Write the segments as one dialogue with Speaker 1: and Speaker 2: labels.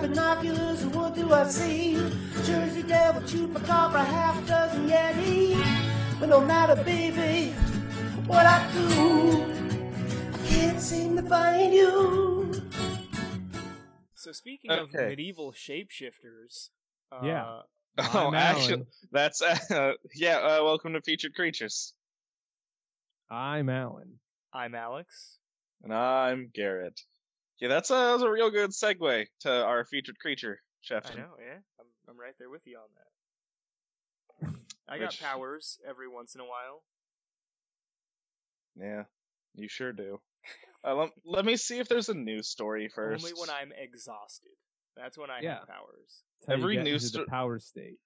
Speaker 1: binoculars, what do I see? Jersey Devil, Chupacabra, half dozen Yeti. But no matter, baby, what I do, I can't seem to find you.
Speaker 2: So speaking of
Speaker 3: Okay.
Speaker 2: medieval shapeshifters, uh,
Speaker 4: Yeah.
Speaker 3: Oh,
Speaker 4: I'm
Speaker 3: actually,
Speaker 4: Alan.
Speaker 3: that's uh, yeah. Uh, welcome to Featured Creatures,
Speaker 4: I'm Alan.
Speaker 2: I'm Alex.
Speaker 3: and I'm Garrett. Yeah, that's a that was a real good segue to our featured creature,
Speaker 2: I
Speaker 3: Shefton.
Speaker 2: know, yeah. I'm, I'm right there with you on that. I got
Speaker 3: Which-
Speaker 2: powers every once in a while.
Speaker 3: Yeah, you sure do. Uh, let, let me see if there's a news story first.
Speaker 2: Only when I'm exhausted. That's when I
Speaker 4: Yeah.
Speaker 2: have powers.
Speaker 4: That's how you
Speaker 3: Every
Speaker 4: get
Speaker 3: news
Speaker 4: into the
Speaker 3: sto-
Speaker 4: power state.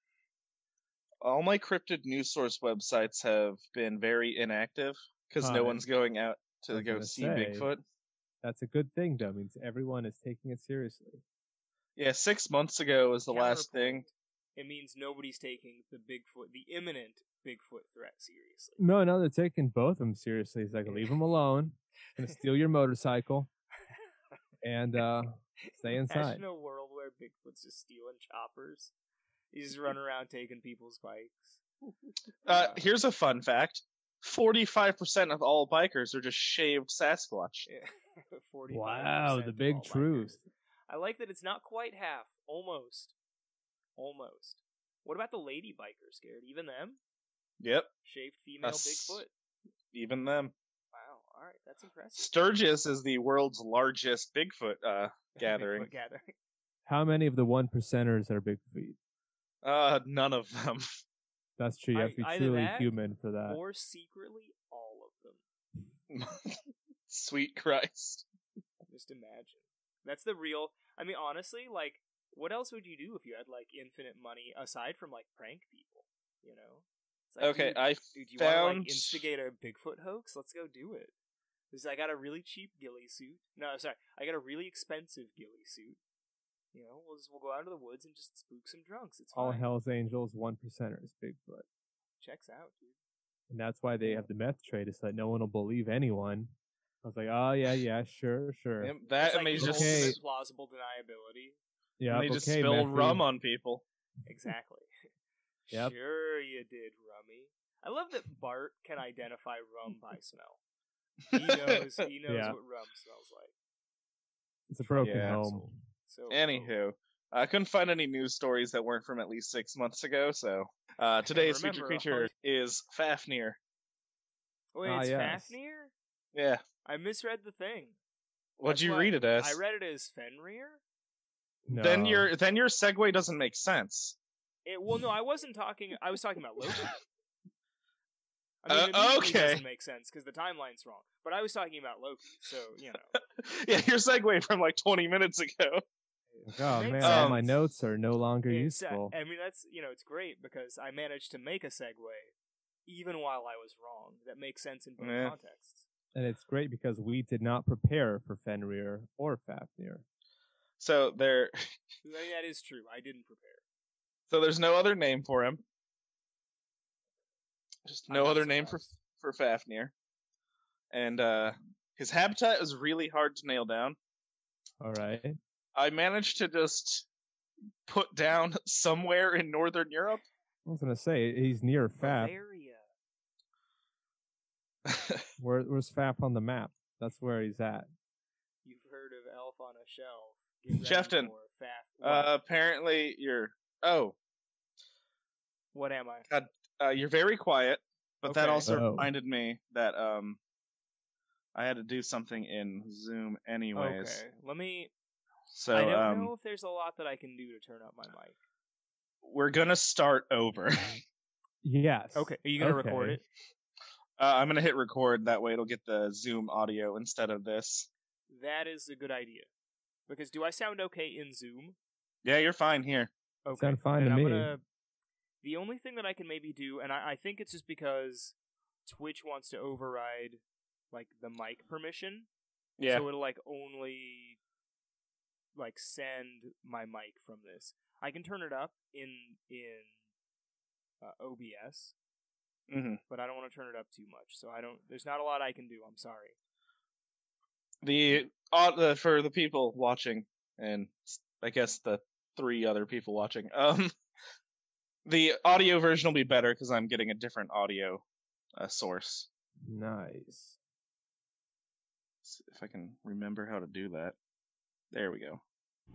Speaker 3: all my cryptid news source websites have been very inactive because
Speaker 4: Huh.
Speaker 3: no one's going out
Speaker 4: I
Speaker 3: to
Speaker 4: was
Speaker 3: go
Speaker 4: gonna
Speaker 3: see
Speaker 4: say.
Speaker 3: Bigfoot.
Speaker 4: That's a good thing, though. It means everyone is taking it seriously.
Speaker 3: Yeah, six months ago was the last thing.
Speaker 2: It means nobody's taking the Bigfoot, the imminent Bigfoot threat seriously.
Speaker 4: No, now they're taking both of them seriously. He's like, leave them alone. Gonna steal your motorcycle and uh, stay inside.
Speaker 2: Imagine a world where Bigfoot's just stealing choppers. He's just running around taking people's bikes.
Speaker 3: Uh, here's a fun fact: forty-five percent of all bikers are just shaved Sasquatch.
Speaker 4: Wow, the big truth.
Speaker 2: I like that it's not quite half. Almost. Almost. What about the lady bikers, Garrett? Even them?
Speaker 3: Yep,
Speaker 2: Shaved female
Speaker 3: Us.
Speaker 2: Bigfoot.
Speaker 3: even them.
Speaker 2: Wow. All right. That's impressive.
Speaker 3: Sturgis is the world's largest Bigfoot. Uh, gathering.
Speaker 2: Bigfoot gathering.
Speaker 4: How many of the one percenters are big feet?
Speaker 3: uh none of them.
Speaker 4: That's true. You
Speaker 2: I-
Speaker 4: have to be
Speaker 2: either
Speaker 4: truly
Speaker 2: that
Speaker 4: human for that.
Speaker 2: or secretly, all of them.
Speaker 3: Sweet Christ.
Speaker 2: Just imagine. That's the real. I mean, honestly, like, what else would you do if you had, like, infinite money aside from, like, prank people? You know? It's like,
Speaker 3: Okay,
Speaker 2: dude,
Speaker 3: I
Speaker 2: Dude, you want to
Speaker 3: found
Speaker 2: like instigate a Bigfoot hoax? Let's go do it. This I got a really cheap ghillie suit. No, sorry, I got a really expensive ghillie suit. You know, we'll just we'll go out into the woods and just spook some drunks. It's
Speaker 4: All
Speaker 2: fine.
Speaker 4: Hell's Angels, one percenters, Bigfoot.
Speaker 2: Checks out, dude.
Speaker 4: And that's why they have the meth trade, is so that no one will believe anyone. I was like, oh, yeah, yeah, sure, sure.
Speaker 3: Yep, that
Speaker 2: it's like
Speaker 3: and they
Speaker 2: the
Speaker 3: just
Speaker 4: Okay.
Speaker 2: ultimate plausible deniability.
Speaker 4: Yeah,
Speaker 3: and they just
Speaker 4: okay,
Speaker 3: spill
Speaker 4: Matthew.
Speaker 3: rum on people.
Speaker 2: Oh, Exactly.
Speaker 4: Yep.
Speaker 2: Sure, you did, rummy. I love that Bart can identify rum by smell. He knows. He knows
Speaker 4: Yeah.
Speaker 2: what rum smells like.
Speaker 4: It's a broken
Speaker 3: Yeah.
Speaker 4: home.
Speaker 2: So
Speaker 3: Anywho, I couldn't find any news stories that weren't from at least six months ago. So uh, today's featured
Speaker 2: Remember,
Speaker 3: creature is Fafnir.
Speaker 2: wait,
Speaker 4: Ah,
Speaker 2: it's
Speaker 4: yes.
Speaker 2: Fafnir.
Speaker 3: Yeah,
Speaker 2: I misread the thing.
Speaker 3: what'd
Speaker 2: That's
Speaker 3: you
Speaker 2: why
Speaker 3: read it as?
Speaker 2: I read it as Fenrir.
Speaker 4: No.
Speaker 3: Then your then your segue doesn't make sense.
Speaker 2: It, well, no, I wasn't talking. I was talking about Loki. I
Speaker 3: Uh,
Speaker 2: mean, it immediately
Speaker 3: okay.
Speaker 2: doesn't make sense because the timeline's wrong. But I was talking about Loki, so you know.
Speaker 3: yeah, your segue from like twenty minutes ago.
Speaker 4: Like, oh,
Speaker 2: Makes
Speaker 4: man,
Speaker 3: sense.
Speaker 4: all my notes are no longer
Speaker 2: It's, uh,
Speaker 4: useful.
Speaker 2: I mean, that's you know, it's great because I managed to make a segue, even while I was wrong. That makes sense in both
Speaker 3: Yeah.
Speaker 2: contexts.
Speaker 4: And it's great because we did not prepare for Fenrir or Fafnir.
Speaker 3: So there,
Speaker 2: I mean, that is true. I didn't prepare.
Speaker 3: so there's no other name for him. Just
Speaker 2: I'm
Speaker 3: no
Speaker 2: not
Speaker 3: other name for
Speaker 2: surprised.
Speaker 3: for Fafnir, and uh, his habitat is really hard to nail down.
Speaker 4: All right.
Speaker 3: I managed to just put down somewhere in northern Europe.
Speaker 4: I was going to say, he's near Faf.
Speaker 2: Bavaria.
Speaker 4: Where, where's Faf on the map? That's where he's at.
Speaker 2: You've heard of Elf on a Shelf. Get ready
Speaker 3: Shefton.
Speaker 2: for Faf-
Speaker 3: uh, apparently, you're oh,
Speaker 2: what am I?
Speaker 3: uh, you're very quiet. But that
Speaker 2: Okay.
Speaker 3: also
Speaker 4: Uh-oh.
Speaker 3: reminded me that um, I had to do something in Zoom anyways.
Speaker 2: Okay, let me.
Speaker 3: So
Speaker 2: I don't
Speaker 3: um,
Speaker 2: know if there's a lot that I can do to turn up my mic.
Speaker 3: we're gonna start over. uh,
Speaker 4: Yes.
Speaker 2: Okay, are you gonna
Speaker 4: Okay.
Speaker 2: record it?
Speaker 3: Uh, I'm gonna hit record. That way, it'll get the Zoom audio instead of this.
Speaker 2: That is a good idea. Because do I sound okay in Zoom?
Speaker 3: Yeah, you're fine here.
Speaker 2: Okay,
Speaker 4: Sound fine
Speaker 2: then
Speaker 4: to
Speaker 2: I'm
Speaker 4: me.
Speaker 2: Gonna, the only thing that I can maybe do, and I, I think it's just because Twitch wants to override like the mic permission,
Speaker 3: Yeah.
Speaker 2: so it'll like only like send my mic from this. I can turn it up in in uh, OBS,
Speaker 3: hmm
Speaker 2: but I don't want to turn it up too much. So I don't. There's not a lot I can do. I'm sorry.
Speaker 3: The uh, the- for the people watching and s- I guess the three other people watching. Um, the audio version will be better because I'm getting a different audio uh, source.
Speaker 4: Nice.
Speaker 3: See if I can remember how to do that. There we go.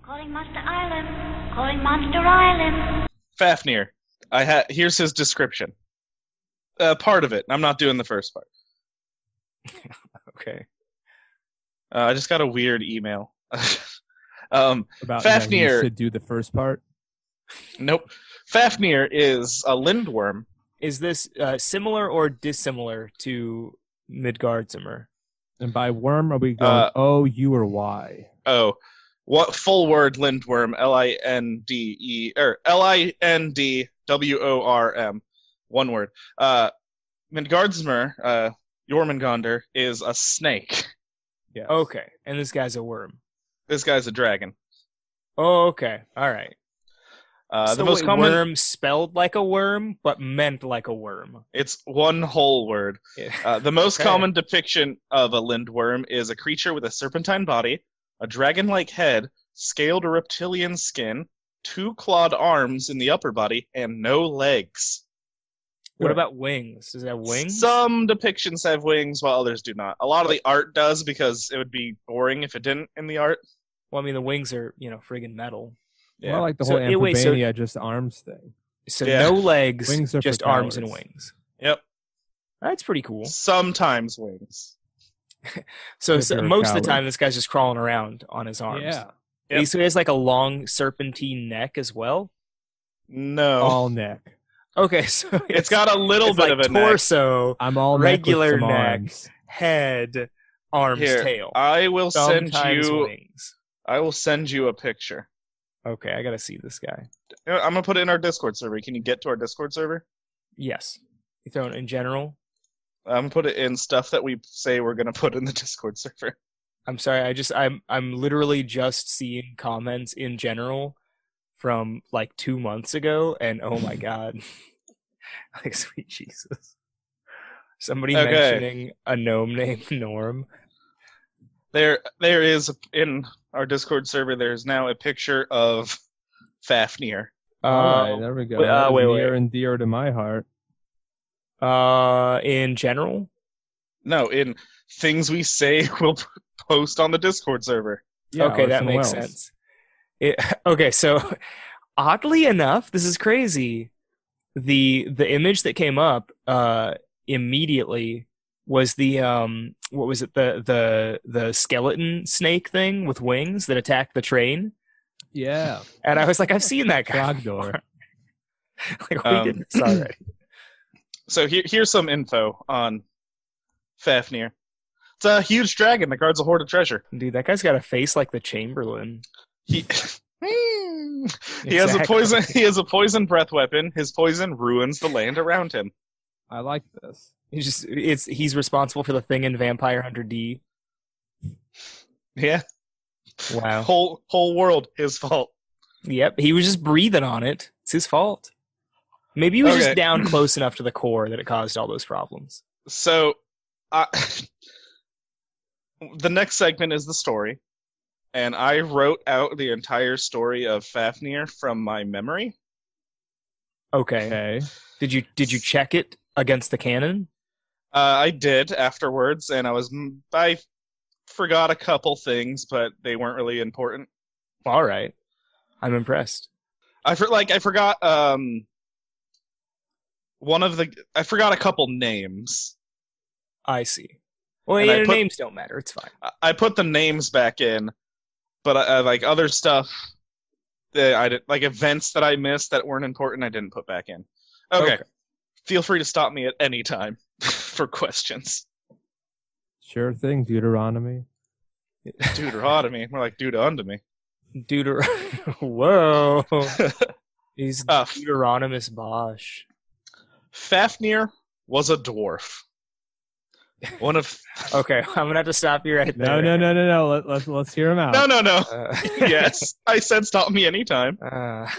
Speaker 5: Calling Monster Island. Calling Monster Island.
Speaker 3: Fafnir. I ha- here's his description. Uh, part of it. I'm not doing the first part.
Speaker 2: Okay.
Speaker 3: Uh, I just got a weird email. um,
Speaker 4: About
Speaker 3: Fafnir.
Speaker 4: you should do the first part.
Speaker 3: nope. Fafnir is a lindworm.
Speaker 2: Is this uh, similar or dissimilar to Midgardsimer?
Speaker 4: And by worm, are we going
Speaker 3: Uh,
Speaker 4: O, U, or Y?
Speaker 3: Oh, what full word lindworm? L I N D E or L I N D W O R M. One word. Uh, Midgardsmer, uh, Jormungandr is a snake.
Speaker 4: Yes.
Speaker 2: Okay, and this guy's a worm.
Speaker 3: This guy's a dragon.
Speaker 2: Oh, okay, all right.
Speaker 3: Uh,
Speaker 2: so
Speaker 3: the most
Speaker 2: wait,
Speaker 3: common.
Speaker 2: worm spelled like a worm, but meant like a worm.
Speaker 3: It's one whole word.
Speaker 2: Yeah.
Speaker 3: Uh, the most
Speaker 2: Okay.
Speaker 3: common depiction of a lindworm is a creature with a serpentine body, a dragon like head, scaled or reptilian skin, two clawed arms in the upper body, and no legs.
Speaker 2: what
Speaker 4: Good.
Speaker 2: about wings? Does it have wings?
Speaker 3: Some depictions have wings, while others do not. A lot of the art does because it would be boring if it didn't in the art.
Speaker 2: Well, I mean, the wings are you know friggin' metal.
Speaker 4: Well, I like the
Speaker 2: So,
Speaker 4: whole
Speaker 2: yeah, wait, so-
Speaker 4: Amphibania just arms thing.
Speaker 2: So
Speaker 3: Yeah.
Speaker 2: no legs,
Speaker 4: Wings are for
Speaker 2: just arms and
Speaker 4: cowards.
Speaker 2: wings.
Speaker 3: Yep.
Speaker 2: That's pretty cool.
Speaker 3: Sometimes wings.
Speaker 2: So,
Speaker 4: If
Speaker 2: so
Speaker 4: you're a
Speaker 2: most of the
Speaker 4: coward.
Speaker 2: time, this guy's just crawling around on his arms.
Speaker 4: Yeah.
Speaker 3: Yep.
Speaker 2: So he has like a long serpentine neck as well.
Speaker 3: No.
Speaker 4: All neck.
Speaker 2: Okay, so
Speaker 3: it's got a little
Speaker 2: Oh, it's
Speaker 3: bit
Speaker 2: like
Speaker 3: of a neck.
Speaker 2: torso,
Speaker 4: I'm all
Speaker 2: Regular
Speaker 4: neck. With some
Speaker 2: neck.
Speaker 4: arms.
Speaker 2: head, arms,
Speaker 3: Here,
Speaker 2: tail.
Speaker 3: I will send
Speaker 2: Sometimes
Speaker 3: you.
Speaker 2: wings.
Speaker 3: I will send you a picture.
Speaker 2: Okay, I gotta see this guy.
Speaker 3: You know, I'm gonna put it in our Discord server. Can you get to our Discord server?
Speaker 2: Yes, you throw it in general.
Speaker 3: I'm gonna um, put it in stuff that we say we're gonna put in the Discord server.
Speaker 2: I'm sorry. I just I'm I'm literally just seeing comments in general from like two months ago, and oh my god, like sweet Jesus, somebody
Speaker 3: Okay.
Speaker 2: mentioning a gnome named Norm.
Speaker 3: There, there is in our Discord server. There is now a picture of Fafnir.
Speaker 4: All
Speaker 2: Uh,
Speaker 4: right, there we go.
Speaker 2: wait, uh,
Speaker 4: That is
Speaker 2: wait, wait.
Speaker 4: near and dear to my heart.
Speaker 2: uh, in general,
Speaker 3: No, in things we say we'll post on the Discord server.
Speaker 4: Yeah,
Speaker 2: okay, that
Speaker 4: Orson
Speaker 2: makes
Speaker 4: Welles.
Speaker 2: sense. It, okay, so oddly enough, this is crazy. The the image that came up uh immediately was the um what was it the the the skeleton snake thing with wings that attacked the train
Speaker 4: Yeah.
Speaker 2: and I was like I've seen that guy
Speaker 4: Frogdor.
Speaker 2: before. like we did
Speaker 3: Um,
Speaker 2: this already
Speaker 3: So here, here's some info on Fafnir. It's a huge dragon that guards a hoard of treasure.
Speaker 2: dude that guy's got a face like the Chamberlain
Speaker 3: He. Hmm. He has a
Speaker 2: Exactly.
Speaker 3: poison. He has a poison breath weapon. His poison ruins the land around him.
Speaker 4: I like this.
Speaker 2: he's just it's he's responsible for the thing in Vampire Hunter D
Speaker 3: Yeah,
Speaker 2: wow
Speaker 3: whole whole world his fault.
Speaker 2: Yep, he was just breathing on it. It's his fault. Maybe he was
Speaker 3: Okay.
Speaker 2: just down close enough to the core that it caused all those problems.
Speaker 3: So, I, the next segment is the story, and I wrote out the entire story of Fafnir from my memory.
Speaker 2: Okay.
Speaker 4: Okay.
Speaker 2: Did you did you check it against the canon?
Speaker 3: Uh, I did afterwards, and I was I forgot a couple things, but they weren't really important.
Speaker 2: All right. I'm impressed.
Speaker 3: I for, like I forgot um one of the I forgot a couple names.
Speaker 2: I see. Well,
Speaker 3: And I
Speaker 2: yeah,
Speaker 3: put-
Speaker 2: names don't matter. It's fine.
Speaker 3: I- I put the names back in, but I, I, like other stuff that I did, like events that I missed that weren't important, I didn't put back in. Okay.
Speaker 2: Okay.
Speaker 3: Feel free to stop me at any time for questions.
Speaker 4: Sure thing, Deuteronomy.
Speaker 3: Deuteronomy, more like Duda unto me.
Speaker 2: Deuter. Whoa. He's
Speaker 3: Uh, F-
Speaker 2: Deuteronomous Bosch.
Speaker 3: Fafnir was a dwarf. One of
Speaker 2: Okay, I'm gonna have to stop you right there.
Speaker 4: No, no, no, no, no. Let, let's let's hear him out.
Speaker 3: no, no, no.
Speaker 2: Uh,
Speaker 3: yes, I said stop me anytime.
Speaker 2: uh,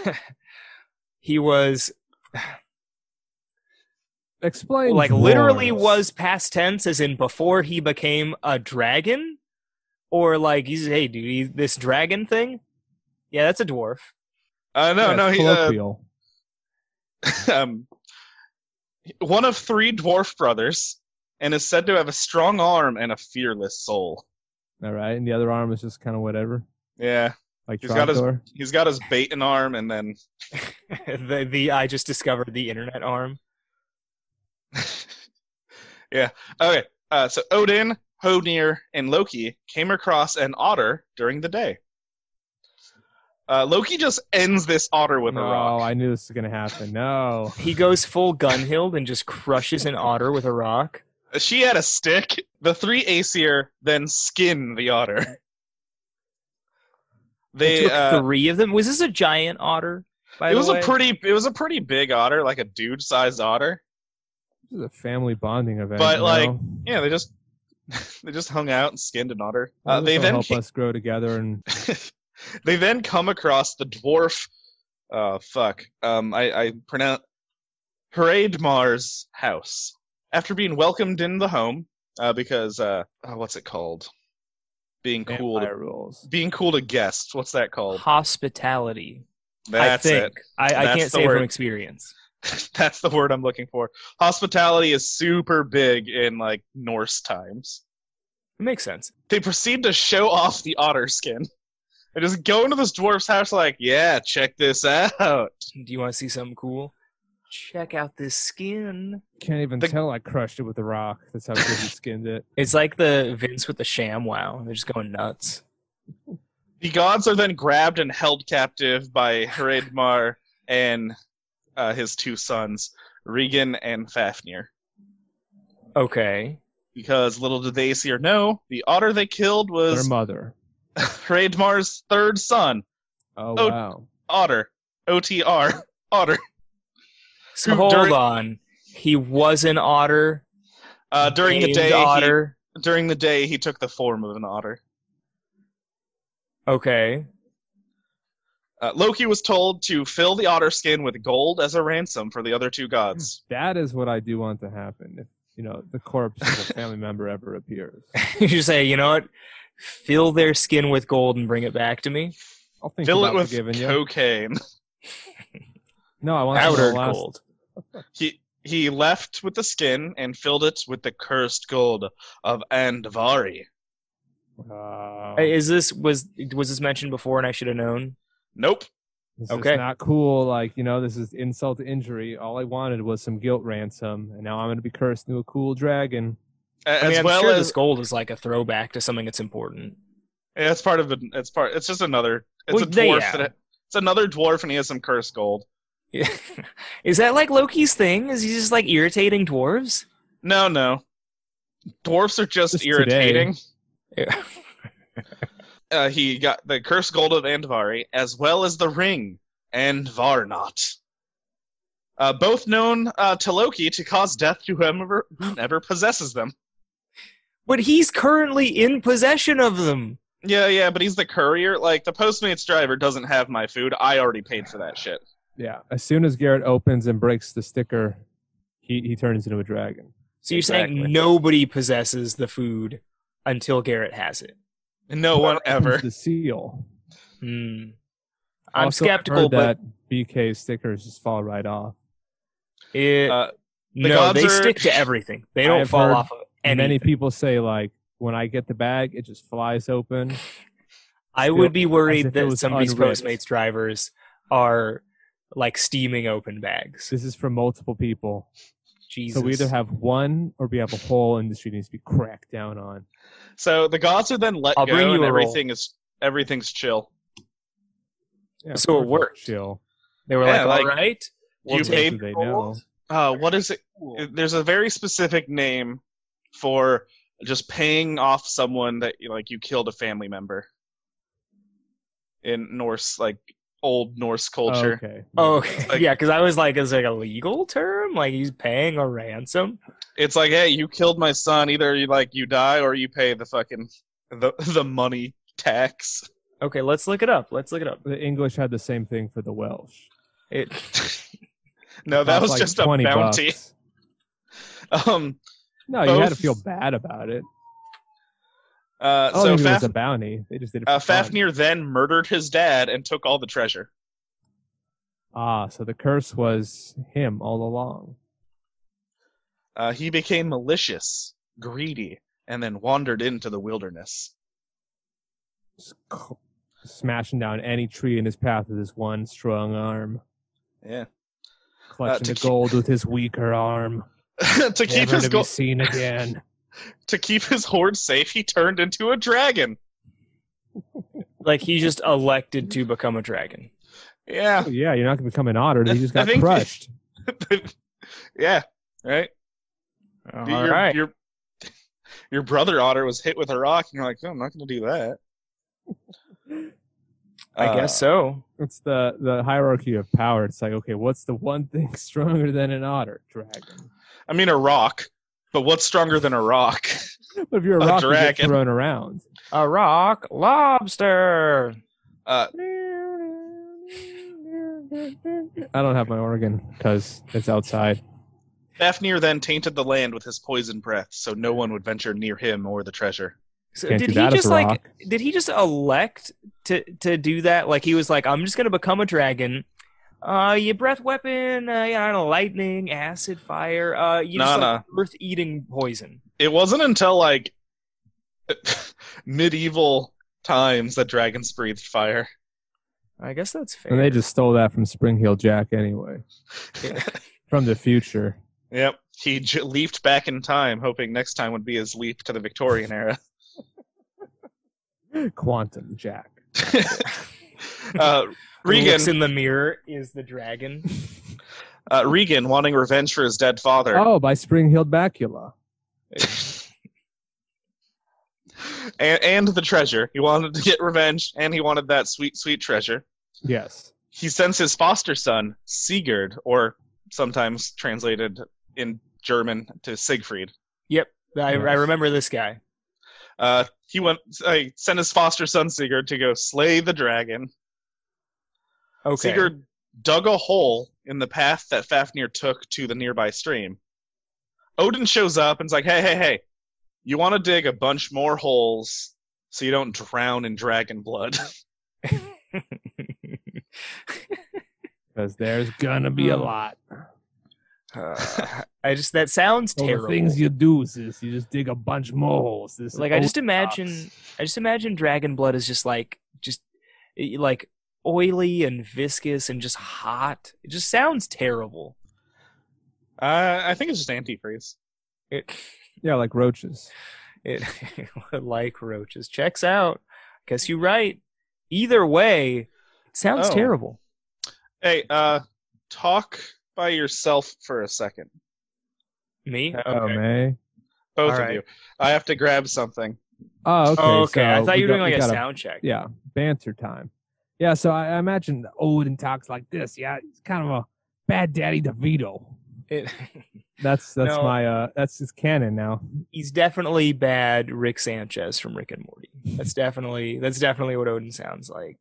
Speaker 2: he was
Speaker 4: Explain.
Speaker 2: like literally
Speaker 4: dwarves.
Speaker 2: was past tense as in before he became a dragon or like he's hey dude he, this dragon thing Yeah, that's a dwarf.
Speaker 3: Uh, no,
Speaker 4: Yeah,
Speaker 3: no,
Speaker 4: it's
Speaker 3: he, uh,
Speaker 4: colloquial.
Speaker 3: um, one of three dwarf brothers, and is said to have a strong arm and a fearless soul.
Speaker 4: All right, and the other arm is just kind of whatever,
Speaker 3: Yeah,
Speaker 4: like
Speaker 3: He's got his-
Speaker 4: Trogdor.
Speaker 3: he's got his bait and arm, and then
Speaker 2: the the I just discovered the internet arm.
Speaker 3: yeah. Okay. Uh, so Odin, Hodnir, and Loki came across an otter during the day. Uh, Loki just ends this otter with
Speaker 4: no,
Speaker 3: a rock.
Speaker 4: I knew this was gonna happen. No,
Speaker 2: He goes full Gunhild and just crushes an otter with a rock.
Speaker 3: She had a stick. The three Aesir then skin the otter.
Speaker 2: It
Speaker 3: They
Speaker 2: took
Speaker 3: uh,
Speaker 2: three of them. Was this a giant otter? By
Speaker 3: it
Speaker 2: the
Speaker 3: was
Speaker 2: way?
Speaker 3: a pretty it was a pretty big otter, like a dude sized otter.
Speaker 4: this is a family bonding event.
Speaker 3: But,
Speaker 4: you
Speaker 3: like,
Speaker 4: know?
Speaker 3: Yeah, they just they just hung out and skinned an otter. Uh,
Speaker 4: This
Speaker 3: they
Speaker 4: will
Speaker 3: then
Speaker 4: help
Speaker 3: ca-
Speaker 4: us grow together, and
Speaker 3: they then come across the dwarf. Uh, fuck. Um, I, I pronounce Mars house. After being welcomed in the home, uh, because uh, oh, what's it called? Being cool. To,
Speaker 4: Vampire rules.
Speaker 3: being cool to guests. What's that called?
Speaker 2: hospitality.
Speaker 3: That's
Speaker 2: I think.
Speaker 3: it.
Speaker 2: I, I
Speaker 3: That's
Speaker 2: can't
Speaker 3: the
Speaker 2: say
Speaker 3: word.
Speaker 2: from experience.
Speaker 3: That's the word I'm looking for. Hospitality is super big in like Norse times.
Speaker 2: It makes sense.
Speaker 3: They proceed to show off the otter skin. They just go into this dwarf's house like, yeah, check this out.
Speaker 2: Do you want to see something cool? Check out this skin.
Speaker 4: Can't even
Speaker 3: The-
Speaker 4: tell I crushed it with a rock. That's how good you skinned it.
Speaker 2: It's like the Vince with the sham wow. They're just going nuts.
Speaker 3: The gods are then grabbed and held captive by Hredmar and uh, his two sons, Regan and Fafnir.
Speaker 2: Okay.
Speaker 3: Because little did they see or know, the otter they killed
Speaker 4: Their
Speaker 3: was
Speaker 4: mother.
Speaker 3: Hredmar's third son,
Speaker 4: Oh,
Speaker 3: Oh,
Speaker 4: wow.
Speaker 3: Otter. OTR. Otter.
Speaker 2: So
Speaker 3: Who
Speaker 2: hold
Speaker 3: during-
Speaker 2: on. He was an otter.
Speaker 3: Uh, during the
Speaker 2: named
Speaker 3: day, he,
Speaker 2: otter.
Speaker 3: during the day, he took the form of an otter.
Speaker 2: Okay.
Speaker 3: Uh, Loki was told to fill the otter skin with gold as a ransom for the other two gods.
Speaker 4: That is what I do want to happen. If you know the corpse of a family member ever appears,
Speaker 2: you just say, you know what? Fill their skin with gold and bring it back to me.
Speaker 4: I'll think
Speaker 3: Fill
Speaker 4: about
Speaker 3: it with
Speaker 4: forgiving you.
Speaker 3: cocaine.
Speaker 4: No, I want to
Speaker 2: Powdered
Speaker 4: the last
Speaker 2: gold.
Speaker 3: He he left with the skin and filled it with the cursed gold of Andvari.
Speaker 4: Wow.
Speaker 2: Hey, Is this was was this mentioned before and I should have known?
Speaker 3: Nope.
Speaker 4: This
Speaker 2: Okay.
Speaker 4: is not cool. Like, you know, this is insult to injury. All I wanted was some guilt ransom, and now I'm going to be cursed into a cool dragon.
Speaker 3: A-
Speaker 2: I mean,
Speaker 3: as
Speaker 2: I'm
Speaker 3: well
Speaker 2: sure
Speaker 3: as
Speaker 2: this gold is like a throwback to something that's important.
Speaker 3: yeah, it's part of an it's part it's just another it's
Speaker 2: Well,
Speaker 3: a
Speaker 2: they-
Speaker 3: dwarf
Speaker 2: yeah.
Speaker 3: that, it's another dwarf and he has some cursed gold.
Speaker 2: is that like Loki's thing? Is he just like irritating dwarves?
Speaker 3: No, no. Dwarfs are just,
Speaker 4: Just today.
Speaker 3: irritating.
Speaker 2: Yeah.
Speaker 3: Uh, he got the cursed gold of Andvari as well as the ring and Varnot. Uh, both known uh, to Loki to cause death to whomever, whomever possesses them.
Speaker 2: But he's currently in possession of them.
Speaker 3: Yeah, yeah, but he's the courier. Like the Postmates driver doesn't have my food. I already paid for that shit.
Speaker 4: Yeah. As soon as Garrett opens and breaks the sticker, he, he turns into a dragon.
Speaker 2: So you're
Speaker 3: Exactly.
Speaker 2: saying nobody possesses the food until Garrett has it.
Speaker 3: And No one ever.
Speaker 4: Opens The seal.
Speaker 2: Hmm. I'm
Speaker 4: Also, I
Speaker 2: skeptical,
Speaker 4: heard
Speaker 2: but
Speaker 4: that BK stickers just fall right off.
Speaker 2: it,
Speaker 3: Uh, the
Speaker 2: no,
Speaker 3: gods
Speaker 2: they
Speaker 3: are-
Speaker 2: stick to everything. They don't
Speaker 4: have
Speaker 2: fall
Speaker 4: heard
Speaker 2: off of
Speaker 4: And
Speaker 2: anything.
Speaker 4: many people say, like, when I get the bag, it just flies open.
Speaker 2: I
Speaker 4: feel
Speaker 2: would be
Speaker 4: as if
Speaker 2: worried
Speaker 4: it was
Speaker 2: that some of these
Speaker 4: unwrapped.
Speaker 2: Postmates drivers are like steaming open bags.
Speaker 4: This is from multiple people.
Speaker 2: Jesus.
Speaker 4: So we either have one or we have a whole industry needs to be cracked down on.
Speaker 3: So the gods are then let
Speaker 2: I'll
Speaker 3: go,
Speaker 2: bring you
Speaker 3: and
Speaker 2: a roll.
Speaker 3: everything is everything's chill.
Speaker 4: Yeah,
Speaker 2: So it
Speaker 4: perfect.
Speaker 2: worked.
Speaker 4: Chill.
Speaker 2: they were
Speaker 3: Yeah,
Speaker 2: like,
Speaker 3: like,
Speaker 2: all right.
Speaker 3: you
Speaker 2: take
Speaker 3: paid-
Speaker 2: the
Speaker 4: They
Speaker 2: gold."
Speaker 4: know.
Speaker 3: Uh, what is it? There's a very specific name for just paying off someone that like you killed a family member in Norse, like old Norse culture.
Speaker 4: Okay.
Speaker 2: Oh,
Speaker 3: Like-
Speaker 2: yeah, because I was like, it's like a legal term? Like he's paying a ransom?
Speaker 3: It's like, hey, you killed my son. Either you like you die or you pay the fucking the the money tax.
Speaker 2: Okay, let's look it up. Let's look it up.
Speaker 4: the English had the same thing for the Welsh.
Speaker 2: It,
Speaker 3: no, that
Speaker 4: Cost
Speaker 3: was
Speaker 4: like
Speaker 3: just a
Speaker 4: 20
Speaker 3: bounty.
Speaker 4: bucks.
Speaker 3: Um,
Speaker 4: No, you had to
Speaker 3: Both-
Speaker 4: feel bad about it.
Speaker 3: Uh,
Speaker 4: Oh,
Speaker 3: so
Speaker 4: maybe it was
Speaker 3: Faf-
Speaker 4: a bounty. They just did it. For
Speaker 3: uh,
Speaker 4: fun.
Speaker 3: Fafnir then murdered his dad and took all the treasure.
Speaker 4: Ah, so the curse was him all along.
Speaker 3: Uh, he became malicious, greedy, and then wandered into the wilderness.
Speaker 4: Just c- smashing down any tree in his path with his one strong arm,
Speaker 3: Yeah.
Speaker 4: clutching
Speaker 3: to
Speaker 4: the
Speaker 3: keep-
Speaker 4: gold with his weaker arm.
Speaker 3: to keep
Speaker 4: never
Speaker 3: his
Speaker 4: Uh, to
Speaker 3: go-
Speaker 4: be seen again.
Speaker 3: to keep his horde safe, he turned into a dragon.
Speaker 2: Like he just elected to become a dragon.
Speaker 3: Yeah.
Speaker 4: Oh, yeah, you're not going to become an otter. He just
Speaker 3: I
Speaker 4: got
Speaker 3: think-
Speaker 4: crushed.
Speaker 3: yeah. Right?
Speaker 2: All right.
Speaker 3: your, your your brother otter was hit with a rock, and you're like, no, I'm not going to do that.
Speaker 2: I
Speaker 3: Uh,
Speaker 2: guess so.
Speaker 4: It's the the hierarchy of power. It's like, okay, what's the one thing stronger than an otter? Dragon.
Speaker 3: I mean, a rock. But what's stronger than a rock?
Speaker 4: But if you're a,
Speaker 3: A
Speaker 4: rock, you get
Speaker 3: dragon.
Speaker 4: thrown around.
Speaker 2: A rock lobster.
Speaker 3: Uh,
Speaker 4: I don't have my organ because it's outside.
Speaker 3: Fafnir then tainted the land with his poison breath, so no one would venture near him or the treasure.
Speaker 2: So
Speaker 4: Can't
Speaker 2: did
Speaker 4: do
Speaker 2: he
Speaker 4: that as
Speaker 2: just
Speaker 4: a
Speaker 2: like
Speaker 4: rock.
Speaker 2: did he just elect to to do that? Like he was like, I'm just gonna become a dragon. Uh, your breath weapon, uh, you know, lightning, acid, fire. Uh, you just
Speaker 3: Nah,
Speaker 2: like earth-eating poison.
Speaker 3: It wasn't until like medieval times that dragons breathed fire.
Speaker 2: I guess that's fair.
Speaker 4: And they just stole that from Spring Heel Jack anyway. from the future.
Speaker 3: Yep, he j- leaped back in time, hoping next time would be his leap to the Victorian era.
Speaker 4: Quantum Jack.
Speaker 3: uh, Regan,
Speaker 2: looks in the mirror is the dragon.
Speaker 3: uh, Regan, wanting revenge for his dead father,
Speaker 4: Oh, by Spring Heel Bacula.
Speaker 3: and, and the treasure. He wanted to get revenge, and he wanted that sweet, sweet treasure.
Speaker 4: Yes.
Speaker 3: He sends his foster son Sigurd, or sometimes translated in German to Siegfried.
Speaker 2: I, I
Speaker 4: Yes.
Speaker 2: remember this guy.
Speaker 3: Uh, he went. Uh, sent his foster son Sigurd to go slay the dragon.
Speaker 2: Okay.
Speaker 3: Sigurd dug a hole in the path that Fafnir took to the nearby stream. Odin shows up and's like, "Hey, hey, hey! You want to dig a bunch more holes so you don't drown in dragon blood?"
Speaker 4: Because there's gonna be
Speaker 2: Hmm.
Speaker 4: a lot.
Speaker 2: Uh, I just that sounds
Speaker 4: So
Speaker 2: terrible.
Speaker 4: the things you do is you just dig a bunch more holes. This is
Speaker 2: like I just
Speaker 4: old
Speaker 2: imagine, I just imagine dragon blood is just like just eh, like oily and viscous and just hot. It just sounds terrible.
Speaker 3: uh, I think it's just antifreeze.
Speaker 2: It
Speaker 4: socks. Yeah, like roaches.
Speaker 2: it like roaches. Checks out. Guess you're right. Either way, it sounds
Speaker 3: Oh.
Speaker 2: terrible.
Speaker 3: Hey, uh, talk by yourself for a second,
Speaker 2: Me? Okay.
Speaker 4: Oh man.
Speaker 3: both
Speaker 2: All
Speaker 3: of
Speaker 2: right.
Speaker 3: you. I have to grab something.
Speaker 4: Oh, okay.
Speaker 2: Oh, okay. I
Speaker 4: so
Speaker 2: thought
Speaker 4: we
Speaker 2: you were
Speaker 4: got-
Speaker 2: doing
Speaker 4: we
Speaker 2: like a
Speaker 4: got
Speaker 2: sound check.
Speaker 4: Yeah, banter time. Yeah, so I, I imagine Odin talks like this. Yeah, he's kind of a bad daddy DeVito.
Speaker 2: It-
Speaker 4: That's that's
Speaker 2: No.
Speaker 4: my uh that's his canon now.
Speaker 2: he's definitely bad Rick Sanchez from Rick and Morty. That's definitely that's definitely what Odin sounds like.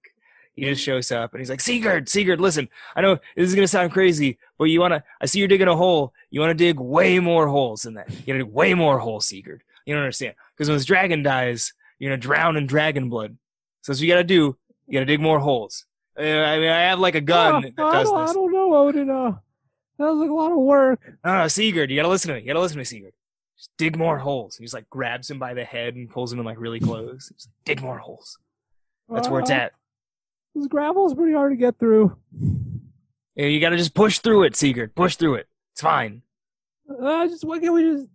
Speaker 2: He just shows up and he's like, Sigurd, Sigurd, listen, I know this is gonna sound crazy, but you wanna I see you're digging a hole. You wanna dig way more holes than that. You're gonna dig way more holes, Sigurd. You don't understand. Because when this dragon dies, you're gonna drown in dragon blood. So that's what you gotta do. You gotta dig more holes. Uh, I mean, I have like a gun that
Speaker 4: Ah, I,
Speaker 2: does
Speaker 4: don't,
Speaker 2: this.
Speaker 4: I don't know, Odin. Uh, that was like a lot of work.
Speaker 2: Ah, Sigurd, you gotta listen to me. You gotta listen to me, Sigurd. Just dig more holes. He just like grabs him by the head and pulls him in like really close. He's like, dig more holes. That's where it's
Speaker 4: Uh,
Speaker 2: at.
Speaker 4: This gravel's pretty hard to get through.
Speaker 2: Yeah, You gotta just push through it, Sigurd. Push through it. It's fine.
Speaker 4: Uh, just why can't we just?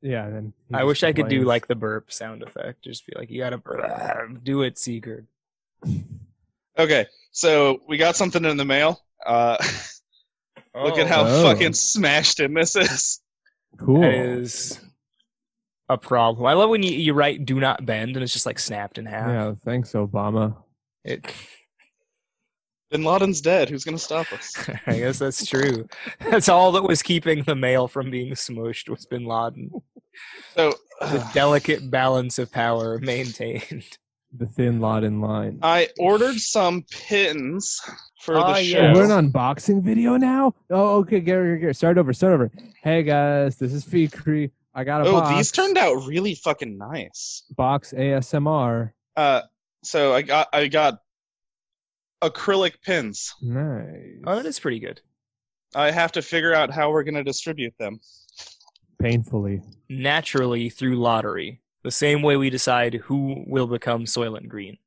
Speaker 4: Yeah. and Then he
Speaker 2: I
Speaker 4: just
Speaker 2: wish I could do
Speaker 4: complains.
Speaker 2: like the burp sound effect. Just be like, you gotta burp. do it, Sigurd.
Speaker 3: Okay, so we got something in the mail. Uh, look at how
Speaker 4: Oh.
Speaker 3: fucking smashed in this is.
Speaker 4: cool.
Speaker 2: that is a problem. I love when you, you write "do not bend" and it's just like snapped in half.
Speaker 4: Yeah. Thanks, Obama.
Speaker 2: It,
Speaker 3: Bin Laden's dead. Who's gonna stop us?
Speaker 2: I guess that's true. That's all that was keeping the mail from being smushed was Bin Laden.
Speaker 3: So
Speaker 2: the delicate balance of power maintained.
Speaker 4: The thin lot in line.
Speaker 3: I ordered some pins for
Speaker 2: Ah,
Speaker 3: the show.
Speaker 2: yes.
Speaker 4: We're an unboxing video now? Oh, okay, Gary, Gary, Gary. Start over, start over. Hey guys, this is Fikri. I got a
Speaker 3: Oh,
Speaker 4: box,
Speaker 3: these turned out really fucking nice.
Speaker 4: box ASMR.
Speaker 3: Uh, so I got I got acrylic pins.
Speaker 4: Nice.
Speaker 3: Uh,
Speaker 2: Oh, that is pretty good.
Speaker 3: I have to figure out how we're gonna distribute them.
Speaker 4: painfully.
Speaker 2: Naturally through lottery, the same way we decide who will become Soylent Green.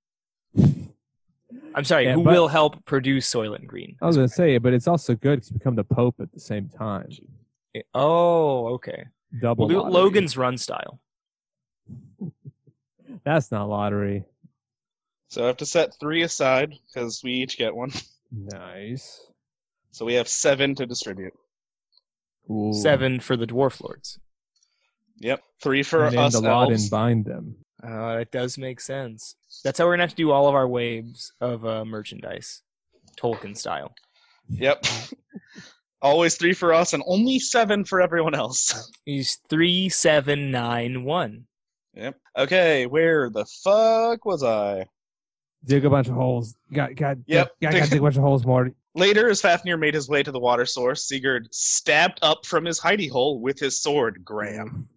Speaker 2: I'm sorry,
Speaker 4: Yeah,
Speaker 2: who
Speaker 4: but-
Speaker 2: will help produce Soylent Green?
Speaker 4: I was gonna say it, but it's also good because you become the Pope at the same time.
Speaker 2: Oh, okay.
Speaker 4: Double
Speaker 2: We'll do it
Speaker 4: lottery.
Speaker 2: Logan's run style.
Speaker 4: That's not lottery.
Speaker 3: So I have to set three aside because we each get one.
Speaker 4: Nice.
Speaker 3: So we have seven to distribute.
Speaker 4: Cool.
Speaker 2: Seven for the Dwarf Lords.
Speaker 3: Yep, three for
Speaker 4: And then
Speaker 3: us
Speaker 4: the Laden
Speaker 3: elves.
Speaker 4: bind them.
Speaker 2: Uh, that does make sense. That's how we're gonna have to do all of our waves of uh, merchandise, Tolkien style.
Speaker 3: Yep. Always three for us and only seven for everyone else.
Speaker 2: He's three seven nine one.
Speaker 3: Yep. Okay, where the fuck was I?
Speaker 4: Dig a bunch of holes. Got got
Speaker 3: Yep.
Speaker 4: Got, got dig a bunch of holes, Morty.
Speaker 3: Later, as Fafnir made his way to the water source, Sigurd stabbed up from his hidey hole with his sword, Graham,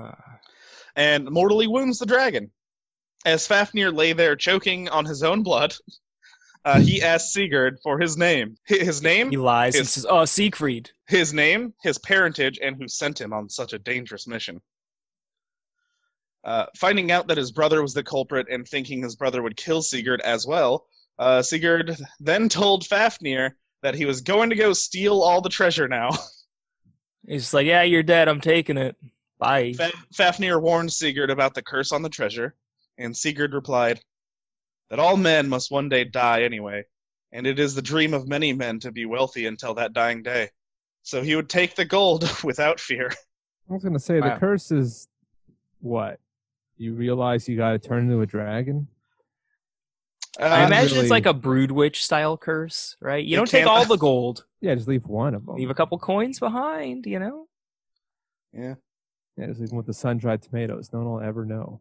Speaker 2: Uh,
Speaker 3: and mortally wounds the dragon. As Fafnir lay there choking on his own blood, uh, he asked Sigurd for his name. Hi- His
Speaker 2: he
Speaker 3: name?
Speaker 2: lies and
Speaker 3: His-
Speaker 2: says, "Oh, Siegfried."
Speaker 3: His name, his parentage, and who sent him on such a dangerous mission. Uh, finding out that his brother was the culprit and thinking his brother would kill Sigurd as well, uh, Sigurd then told Fafnir that he was going to go steal all the treasure now.
Speaker 2: He's just like, "Yeah, you're dead. I'm taking it. Bye."
Speaker 3: Fa- Fafnir warned Sigurd about the curse on the treasure, and Sigurd replied, That all men must one day die anyway, and it is the dream of many men to be wealthy until that dying day. So he would take the gold without fear.
Speaker 4: I was gonna say
Speaker 2: Wow.
Speaker 4: the curse is what? You realize you gotta turn into a dragon?
Speaker 2: I
Speaker 4: Not
Speaker 3: Uh,
Speaker 2: imagine
Speaker 4: really.
Speaker 2: it's like a brood witch style curse, right? You
Speaker 3: You
Speaker 2: don't take
Speaker 3: can't-
Speaker 2: all the gold.
Speaker 4: Yeah, just leave one of them.
Speaker 2: Leave a couple coins behind, you know?
Speaker 3: yeah.
Speaker 4: yeah, just leave them with the sun dried tomatoes. No one will ever know.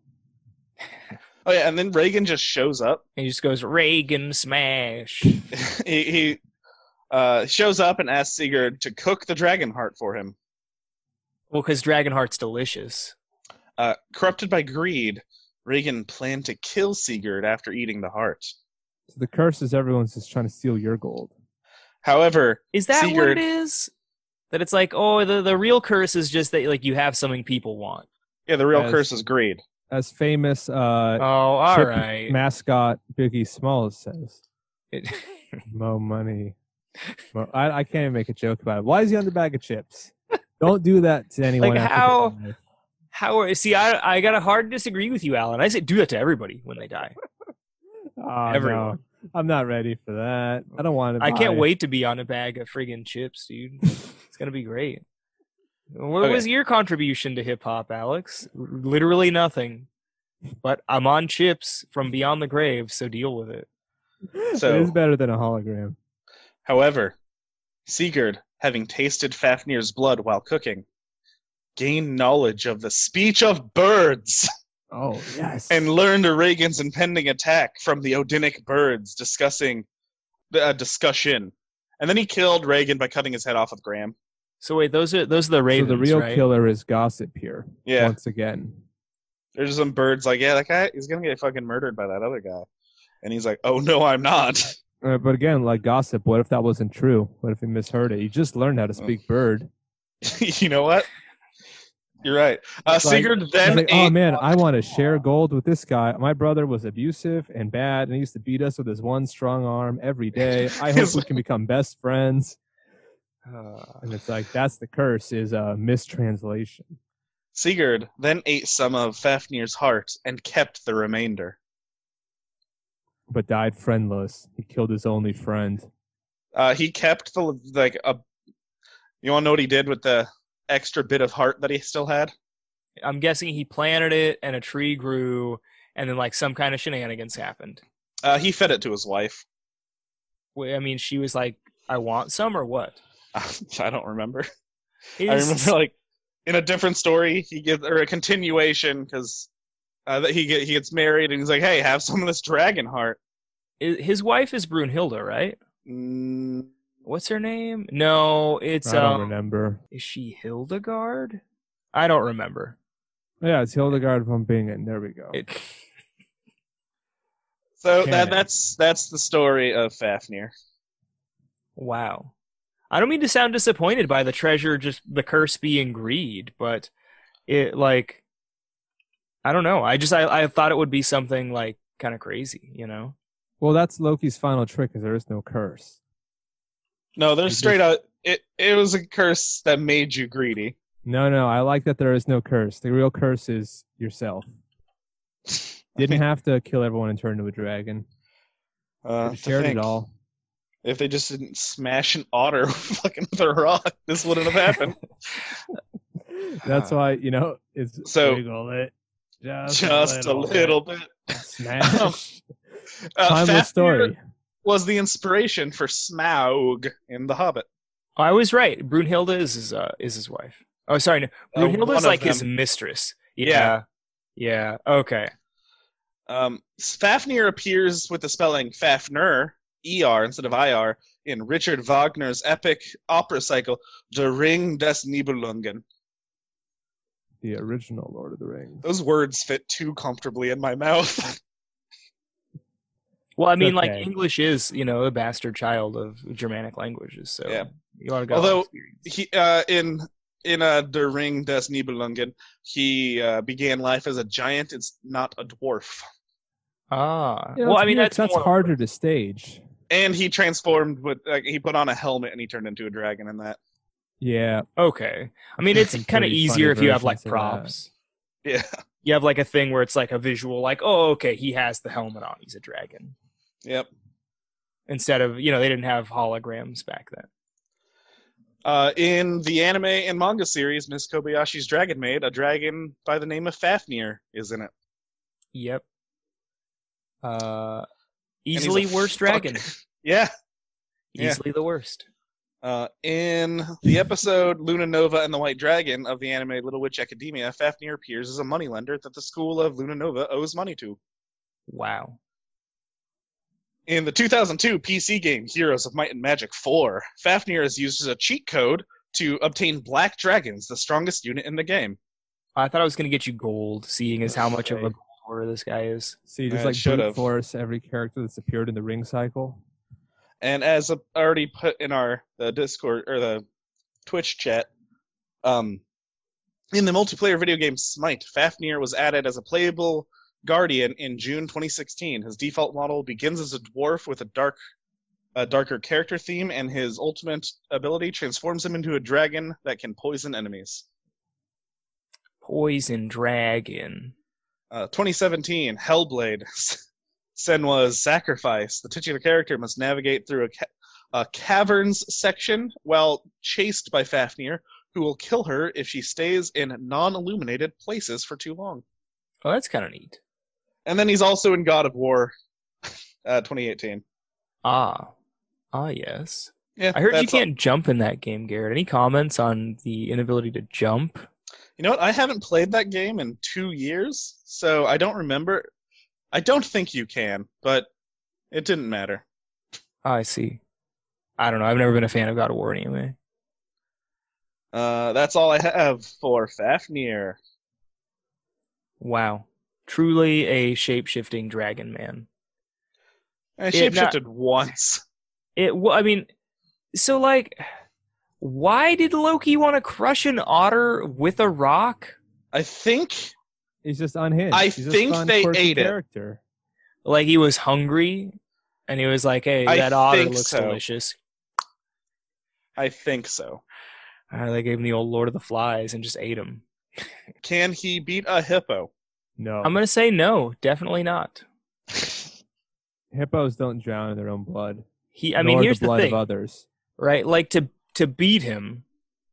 Speaker 3: Oh, yeah, and then Reagan just shows up.
Speaker 2: And he just goes, Reagan smash.
Speaker 3: he he uh, shows up and asks Sigurd to cook the dragon heart for him.
Speaker 2: Well, because Dragonheart's delicious.
Speaker 3: Uh, corrupted by greed, Reagan planned to kill Sigurd after eating the heart.
Speaker 4: So the curse is everyone's just trying to steal your gold.
Speaker 3: However,
Speaker 2: Is that what
Speaker 3: Sigurd-
Speaker 2: it is? That it's like, oh, the, the real curse is just that like you have something people want.
Speaker 3: Yeah, the real
Speaker 4: Yes.
Speaker 3: curse is greed.
Speaker 4: As famous
Speaker 2: Oh,
Speaker 4: uh
Speaker 2: all
Speaker 4: Chip
Speaker 2: right.
Speaker 4: mascot Biggie Smalls says.
Speaker 2: It-
Speaker 4: Mo money. Mo- I, I can't even make a joke about it. Why is he on the bag of chips? Don't do that to anyone. after
Speaker 2: how-
Speaker 4: they die.
Speaker 2: How are, see, I I got a hard disagree with you, Alan. I say do that to everybody when they die.
Speaker 4: Oh,
Speaker 2: Everyone.
Speaker 4: no. I'm not ready for that. I don't want to.
Speaker 2: I can't
Speaker 4: die.
Speaker 2: wait to be on a bag of friggin' chips, dude. It's gonna be great. What
Speaker 3: Okay.
Speaker 2: was your contribution to hip hop, Alex? Literally nothing. But I'm on chips from beyond the grave, so deal with it.
Speaker 3: So-
Speaker 4: it is better than a hologram.
Speaker 3: However, Sigurd, having tasted Fafnir's blood while cooking, gained knowledge of the speech of birds
Speaker 4: Oh yes.
Speaker 3: and learned of Reagan's impending attack from the Odinic birds discussing a discussion. And then he killed Reagan by cutting his head off with Graham.
Speaker 2: So wait, those are those are the
Speaker 4: so
Speaker 2: ravens,
Speaker 4: the real
Speaker 2: right?
Speaker 4: killer is gossip here.
Speaker 3: Yeah.
Speaker 4: Once again.
Speaker 3: There's some birds like, yeah, that guy, he's going to get fucking murdered by that other guy. And he's like, oh, no, I'm not.
Speaker 4: Uh, but again, like gossip. What if that wasn't true? What if he misheard it? You just learned how to speak bird.
Speaker 3: you know what? You're right. Uh,
Speaker 4: It's like-
Speaker 3: Sigurd
Speaker 4: He's
Speaker 3: then
Speaker 4: like,
Speaker 3: ate
Speaker 4: oh man, I want to share gold with this guy. My brother was abusive and bad, and he used to beat us with his one strong arm every day. I hope
Speaker 3: His-
Speaker 4: we can become best friends.
Speaker 2: Uh,
Speaker 4: And it's like that's the curse is uh, mistranslation.
Speaker 3: Sigurd then ate some of Fafnir's heart and kept the remainder.
Speaker 4: But died friendless. He killed his only friend.
Speaker 3: Uh, he kept the like a. You want to know what he did with the extra bit of heart that he still had?
Speaker 2: I'm guessing he planted it, and a tree grew, and then like some kind of shenanigans happened.
Speaker 3: Uh, he fed it to his wife.
Speaker 2: Wait, I mean, she was like, "I want some," or what?
Speaker 3: I don't remember. I
Speaker 2: Is-
Speaker 3: remember like in a different story, he gives or a continuation because uh, that he get, he gets married and he's like, "Hey, have some of this dragon heart."
Speaker 2: i- his wife is Brunhilde, right?
Speaker 3: Mm,
Speaker 2: What's her name? No, it's
Speaker 4: I don't
Speaker 2: um,
Speaker 4: remember.
Speaker 2: is she Hildegard? I don't remember.
Speaker 4: Yeah, it's Hildegard von Bingen. There we go.
Speaker 2: It,
Speaker 3: So
Speaker 4: Okay.
Speaker 3: that, that's that's the story of Fafnir.
Speaker 2: wow. I don't mean to sound disappointed by the treasure, just the curse being greed, but it like I don't know. I just I, I thought it would be something like kind of crazy, you know?
Speaker 4: well, that's Loki's final trick, is there is no curse.
Speaker 3: No, they're
Speaker 4: It
Speaker 3: straight out. It it was a curse that made you greedy.
Speaker 4: No, no, I like that there is no curse. The real curse is yourself. Didn't have to kill everyone and turn into a dragon.
Speaker 3: Uh, to
Speaker 4: shared
Speaker 3: think.
Speaker 4: it all.
Speaker 3: If they just didn't smash an otter fucking with a rock, this wouldn't have happened.
Speaker 4: That's why you know it's
Speaker 3: So-
Speaker 4: wiggle it just,
Speaker 3: just a little bit.
Speaker 4: bit. smash.
Speaker 3: Uh,
Speaker 4: Timeless
Speaker 3: Fafnir
Speaker 4: story.
Speaker 3: was the inspiration for Smaug in The Hobbit.
Speaker 2: Oh, I was right. Brunhilde is his uh, is his wife. Oh sorry, no.
Speaker 3: Uh,
Speaker 2: Brunhilde
Speaker 3: one
Speaker 2: is
Speaker 3: of
Speaker 2: like his
Speaker 3: them.
Speaker 2: mistress.
Speaker 3: Yeah.
Speaker 2: Yeah. Yeah. Okay.
Speaker 3: Um, Fafnir appears with the spelling Fafnir, ER instead of IR, in Richard Wagner's epic opera cycle, Der Ring des Nibelungen.
Speaker 4: The original Lord of the Rings.
Speaker 3: Those words fit too comfortably in my mouth.
Speaker 2: Well, I mean, like
Speaker 4: Okay.
Speaker 2: English is, you know, a bastard child of Germanic languages. So
Speaker 3: Yeah.
Speaker 2: you ought to go.
Speaker 3: Although- he, uh, in in uh, Der Ring des Nibelungen, he uh, began life as a giant. It's not a dwarf.
Speaker 2: ah,
Speaker 4: You know,
Speaker 2: well,
Speaker 4: it's
Speaker 2: I mean,
Speaker 4: weird,
Speaker 2: that's,
Speaker 4: that's
Speaker 2: more-
Speaker 4: harder to stage.
Speaker 3: And he transformed with like, he put on a helmet and he turned into a dragon in that.
Speaker 4: Yeah,
Speaker 2: Okay, I mean,
Speaker 4: There's
Speaker 2: it's
Speaker 4: some
Speaker 2: kind of
Speaker 4: pretty
Speaker 2: easier if
Speaker 4: funny
Speaker 2: you have like
Speaker 4: versions of that.
Speaker 2: props.
Speaker 3: Yeah.
Speaker 2: You have like a thing where it's like a visual, like, oh, okay, he has the helmet on. He's a dragon.
Speaker 3: Yep.
Speaker 2: Instead of you know, they didn't have holograms back then.
Speaker 3: Uh, in the anime and manga series, Miss Kobayashi's Dragon Maid, a dragon by the name of Fafnir is in it.
Speaker 2: Yep. Uh,
Speaker 3: he's a
Speaker 2: easily worst dragon.
Speaker 3: Yeah. yeah.
Speaker 2: Easily the worst.
Speaker 3: Uh, in the episode Luna Nova and the White Dragon of the anime Little Witch Academia, Fafnir appears as a moneylender that the school of Luna Nova owes money to.
Speaker 2: Wow.
Speaker 3: In the 2002 PC game Heroes of Might and Magic 4, Fafnir is used as a cheat code to obtain Black Dragons, the strongest unit in the game.
Speaker 2: I thought I was gonna get you gold, seeing as how much of a
Speaker 4: Okay.
Speaker 2: gold whore this guy is.
Speaker 4: so you just
Speaker 3: Yeah, it
Speaker 4: like
Speaker 3: should
Speaker 4: brute
Speaker 3: have.
Speaker 4: force every character that's appeared in the ring cycle.
Speaker 3: And as I already put in our the Discord or the Twitch chat, um, in the multiplayer video game Smite, Fafnir was added as a playable guardian in June 2016. His default model begins as a dwarf with a dark, a darker character theme, and his ultimate ability transforms him into a dragon that can poison enemies.
Speaker 2: Poison Dragon.
Speaker 3: Uh, 2017, Hellblade, Senwa's Sacrifice. The titular character must navigate through a, ca- a caverns section while chased by Fafnir, who will kill her if she stays in non illuminated places for too long.
Speaker 2: Oh, that's kind of neat.
Speaker 3: And then he's also in God of War uh, 2018.
Speaker 2: Ah, ah, yes.
Speaker 3: Yeah,
Speaker 2: I heard you
Speaker 3: that's all-
Speaker 2: can't jump in that game, Garrett. Any comments on the inability to jump?
Speaker 3: You know what? I haven't played that game in two years, so I don't remember. I don't think you can, but it didn't matter.
Speaker 2: Ah, I see. I don't know. I've never been a fan of God of War anyway.
Speaker 3: Uh, that's all I have for Fafnir.
Speaker 2: Wow, truly a shape-shifting dragon man.
Speaker 3: I
Speaker 2: Yeah, not-
Speaker 3: shapeshifted once.
Speaker 2: It. wa- I mean, so like, why did Loki want to crush an otter with a rock?
Speaker 3: I think
Speaker 4: He's just unhinged.
Speaker 3: I
Speaker 4: He's just
Speaker 3: think
Speaker 4: on
Speaker 3: they
Speaker 4: quirky
Speaker 3: ate it.
Speaker 4: character.
Speaker 2: Like he was hungry, and he was like, "Hey,
Speaker 3: I
Speaker 2: that otter
Speaker 3: think
Speaker 2: looks
Speaker 3: so.
Speaker 2: delicious."
Speaker 3: I think so.
Speaker 2: Ah, they gave him the old Lord of the Flies and just ate him.
Speaker 3: Can he beat a hippo?
Speaker 4: No,
Speaker 2: I'm gonna say no, definitely not.
Speaker 4: hippos don't drown in their own blood.
Speaker 2: He, I mean,
Speaker 4: nor
Speaker 2: here's
Speaker 4: the
Speaker 2: the,
Speaker 4: blood
Speaker 2: thing,
Speaker 4: of others.
Speaker 2: right? Like to to beat him,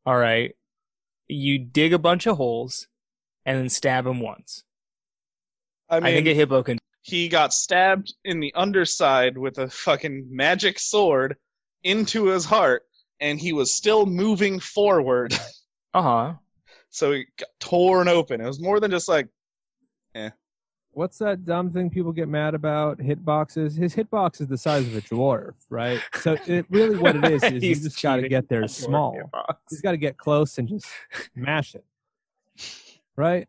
Speaker 2: all right. You dig a bunch of holes, and then stab him once.
Speaker 3: I
Speaker 2: I,
Speaker 3: mean,
Speaker 2: think a hippo can.
Speaker 3: he got stabbed in the underside with a fucking magic sword into his heart, and he was still moving forward,
Speaker 2: Uh huh.
Speaker 3: so he got torn open. It was more than just like
Speaker 4: what's that dumb thing people get mad about? Hitboxes. His hitbox is the size of a dwarf, right? So it really what it is is you
Speaker 2: He's
Speaker 4: just got to
Speaker 2: cheating.
Speaker 4: get there small. He's got to get close and just mash it, right?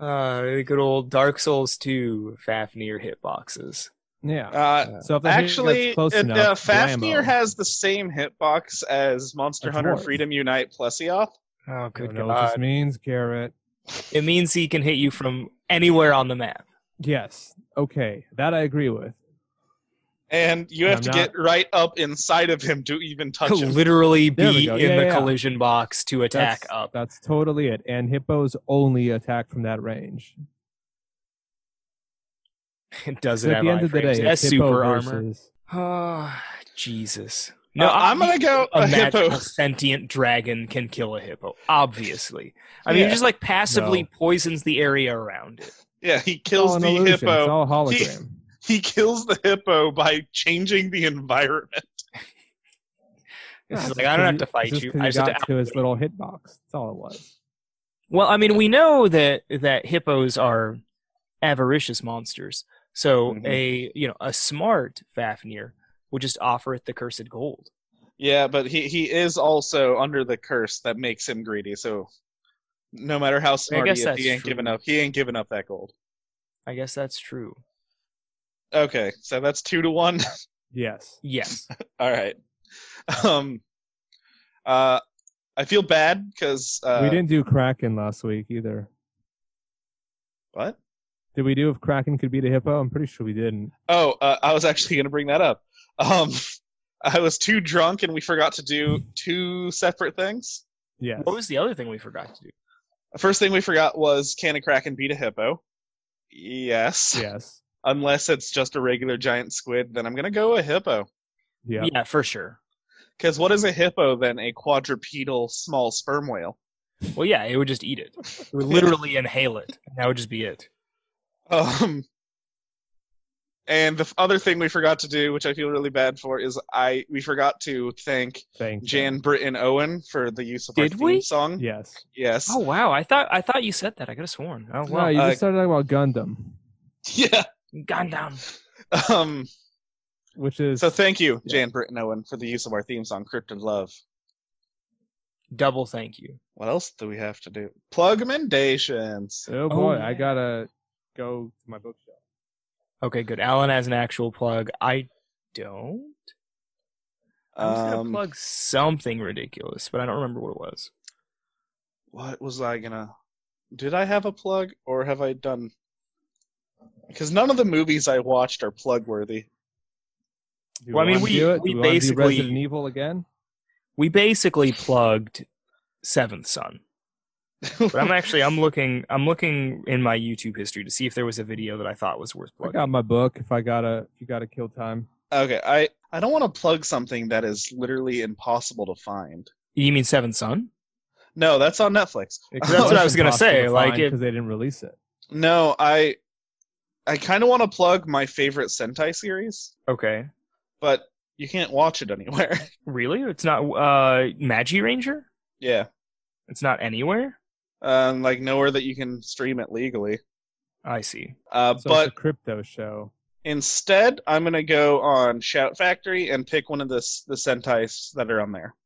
Speaker 2: Uh, the good old Dark Souls 2 Fafnir hitboxes.
Speaker 4: Yeah.
Speaker 3: Uh,
Speaker 4: so if the hitbox
Speaker 3: actually,
Speaker 4: close
Speaker 3: it,
Speaker 4: enough,
Speaker 3: uh, Fafnir
Speaker 4: blammo.
Speaker 3: has the same hitbox as Monster
Speaker 4: A
Speaker 3: Hunter
Speaker 4: dwarf.
Speaker 3: Freedom Unite Plesioth.
Speaker 2: Oh,
Speaker 4: I don't
Speaker 2: good
Speaker 4: know what this
Speaker 2: God.
Speaker 4: means, Garrett.
Speaker 2: It means he can hit you from anywhere on the map.
Speaker 4: Yes. Okay. That I agree with.
Speaker 3: And you
Speaker 4: No,
Speaker 3: have
Speaker 4: I'm
Speaker 3: to
Speaker 4: not.
Speaker 3: get right up inside of him to even touch him.
Speaker 2: Literally
Speaker 4: There we
Speaker 2: be
Speaker 4: go.
Speaker 2: in
Speaker 4: Yeah,
Speaker 2: the
Speaker 4: yeah, yeah.
Speaker 2: collision box to attack
Speaker 4: that's,
Speaker 2: up.
Speaker 4: That's totally it. And hippos only attack from that range.
Speaker 2: It doesn't
Speaker 4: So at
Speaker 2: have
Speaker 4: the end
Speaker 2: eye
Speaker 4: of the
Speaker 2: frames.
Speaker 4: day,
Speaker 2: That's
Speaker 4: it's hippo
Speaker 2: super armor.
Speaker 4: versus,
Speaker 2: Oh, Jesus.
Speaker 3: No,
Speaker 2: No, I-
Speaker 3: Uh, I'm gonna go
Speaker 2: Uh, a
Speaker 3: a
Speaker 2: magical
Speaker 3: hippo.
Speaker 2: sentient dragon can kill a hippo. Obviously, I mean,
Speaker 3: Yeah.
Speaker 2: it just like passively
Speaker 4: No.
Speaker 2: poisons the area around it.
Speaker 3: Yeah, he
Speaker 4: It's all
Speaker 3: kills
Speaker 4: an
Speaker 3: the
Speaker 4: illusion. It's
Speaker 3: hippo.
Speaker 4: all hologram.
Speaker 3: He kills the hippo by changing the environment.
Speaker 2: It's
Speaker 4: Yeah,
Speaker 2: just
Speaker 4: it's
Speaker 2: like I don't have
Speaker 4: just
Speaker 2: to
Speaker 4: 'cause
Speaker 2: fight
Speaker 4: he- it's
Speaker 2: you.
Speaker 4: just 'cause
Speaker 2: I
Speaker 4: he
Speaker 2: just have
Speaker 4: got
Speaker 2: to.
Speaker 4: to his little hitbox. That's all it was.
Speaker 2: Well, I mean, we know that that hippos are avaricious monsters. So
Speaker 3: Mhm.
Speaker 2: a you know a smart Fafnir would just offer it the cursed gold.
Speaker 3: Yeah, but he he is also under the curse that makes him greedy. So no matter how smart
Speaker 2: guess
Speaker 3: he is, he
Speaker 2: that's
Speaker 3: ain't giving
Speaker 2: true.
Speaker 3: up. He ain't giving up that gold.
Speaker 2: I guess that's true.
Speaker 3: Okay, so that's two to one.
Speaker 4: Yes.
Speaker 2: Yes.
Speaker 3: All right. Um. Uh, I feel bad because uh,
Speaker 4: we didn't do Kraken last week either.
Speaker 3: what?
Speaker 4: Did we do if Kraken could beat a hippo? I'm pretty sure we didn't.
Speaker 3: Oh, uh, I was actually gonna bring that up. Um, I was too drunk and we forgot to do two separate things.
Speaker 4: Yes.
Speaker 2: what was the other thing we forgot to do?
Speaker 3: The first thing we forgot was can a kraken beat a hippo? Yes.
Speaker 4: yes.
Speaker 3: Unless it's just a regular giant squid, then I'm gonna go a hippo.
Speaker 4: Yeah.
Speaker 2: Yeah, for sure.
Speaker 3: Because what is a hippo than a quadrupedal small sperm whale?
Speaker 2: Well, yeah, it would just eat it. It would literally inhale it. and That would just be it.
Speaker 3: Um, and the f- other thing we forgot to do, which I feel really bad for, is I we forgot to thank
Speaker 4: Thank you.
Speaker 3: Jan Britton Owen for the use of our
Speaker 2: Did
Speaker 3: theme
Speaker 2: we?
Speaker 3: song.
Speaker 4: Yes.
Speaker 3: Yes.
Speaker 2: Oh wow! I thought I thought you said that. I could have sworn. Oh
Speaker 4: Wow,
Speaker 2: wow!
Speaker 4: you
Speaker 3: uh,
Speaker 4: just started talking about Gundam,
Speaker 3: Yeah.
Speaker 2: Gundam.
Speaker 3: Um,
Speaker 4: which is
Speaker 3: so thank you,
Speaker 4: Yeah.
Speaker 3: Jan Britton Owen, for the use of our theme song, Krypton Love.
Speaker 2: Double thank you.
Speaker 3: What else do we have to do? Plugmendations.
Speaker 4: oh boy,
Speaker 2: yeah.
Speaker 4: I gotta go to my bookshelf.
Speaker 2: Okay, good. Alan has an actual plug. I don't. I was gonna
Speaker 3: Um,
Speaker 2: plug something ridiculous, but I don't remember what it was.
Speaker 3: what was I gonna? Did I have a plug or have I done? Because none of the movies I watched are plug worthy.
Speaker 4: Do
Speaker 2: Well, I mean,
Speaker 4: wanna
Speaker 2: we-
Speaker 4: do it?
Speaker 2: we
Speaker 4: do wanna do
Speaker 2: basically-
Speaker 4: Resident Evil again.
Speaker 2: We basically plugged Seventh Son, but I'm actually I'm looking I'm looking in my YouTube history to see if there was a video that I thought was worth
Speaker 4: I
Speaker 2: plugging.
Speaker 4: got my book. If I gotta, if you gotta kill time.
Speaker 3: okay, I I don't want to plug something that is literally impossible to find.
Speaker 2: You mean Seventh Son?
Speaker 3: No, that's on Netflix.
Speaker 2: That's what I was gonna say, like, it-
Speaker 4: because they didn't release it.
Speaker 3: No, I I kind of want to plug my favorite Sentai series,
Speaker 2: Okay,
Speaker 3: but you can't watch it anywhere.
Speaker 2: really? It's not uh Magi Ranger.
Speaker 3: yeah,
Speaker 2: It's not anywhere.
Speaker 3: um, like nowhere that you can stream it legally.
Speaker 2: I see.
Speaker 3: Uh,
Speaker 4: So
Speaker 3: but
Speaker 4: it's a crypto show.
Speaker 3: Instead, I'm gonna go on Shout Factory and pick one of the s- the Sentais that are on there.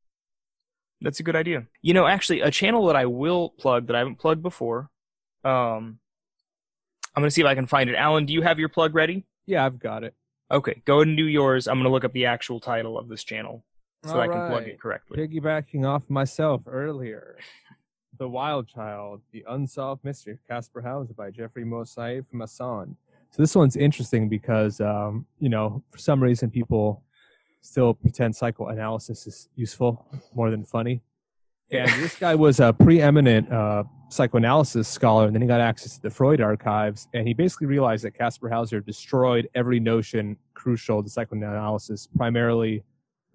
Speaker 2: That's a good idea. You know, actually, a channel that I will plug that I haven't plugged before. Um, I'm gonna see if I can find it. Alan, do you have your plug ready?
Speaker 4: Yeah, I've got it.
Speaker 2: Okay, go ahead and do yours. I'm gonna look up the actual title of this channel so that I can plug
Speaker 4: Alright.
Speaker 2: it correctly.
Speaker 4: Piggybacking off myself earlier, The Wild Child, The Unsolved Mystery of Casper House by Jeffrey Mosaif Masson. So this one's interesting because, um, you know, for some reason people still pretend psychoanalysis is useful more than funny. And this guy was a preeminent uh, psychoanalysis scholar, and then he got access to the Freud archives, and he basically realized that Caspar Hauser destroyed every notion crucial to psychoanalysis, primarily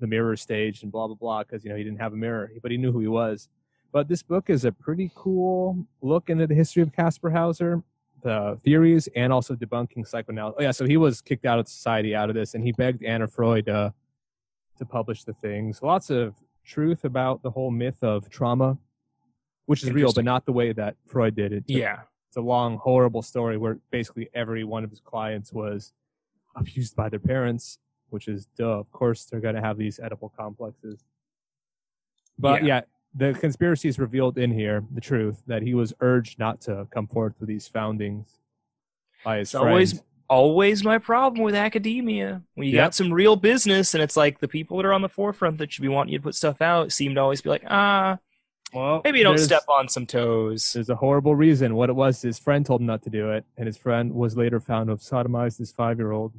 Speaker 4: the mirror stage and blah blah blah, because you know he didn't have a mirror, but he knew who he was. But this book is a pretty cool look into the history of Caspar Hauser, the theories, and also debunking psychoanalysis. Oh yeah, so he was kicked out of society out of this, and he begged Anna Freud uh, to publish the things. Lots of truth about the whole myth of trauma, which is real, but
Speaker 2: Interesting.
Speaker 4: not the way that Freud did it.
Speaker 2: Yeah,
Speaker 4: It's a long, horrible story where basically every one of his clients was abused by their parents, which is duh. Of course, they're going to have these edible complexes. But yeah. the conspiracy is revealed in here the truth that he was urged not to come forth with these foundings by his
Speaker 2: It's always-
Speaker 4: friends.
Speaker 2: Always my problem with academia. When you
Speaker 4: Yep.
Speaker 2: got some real business and it's like the people that are on the forefront that should be wanting you to put stuff out seem to always be like, ah,
Speaker 4: Well,
Speaker 2: maybe you don't
Speaker 4: there's-
Speaker 2: step on some toes.
Speaker 4: There's a horrible reason. What it was, his friend told him not to do it, and his friend was later found to have sodomized his five year old,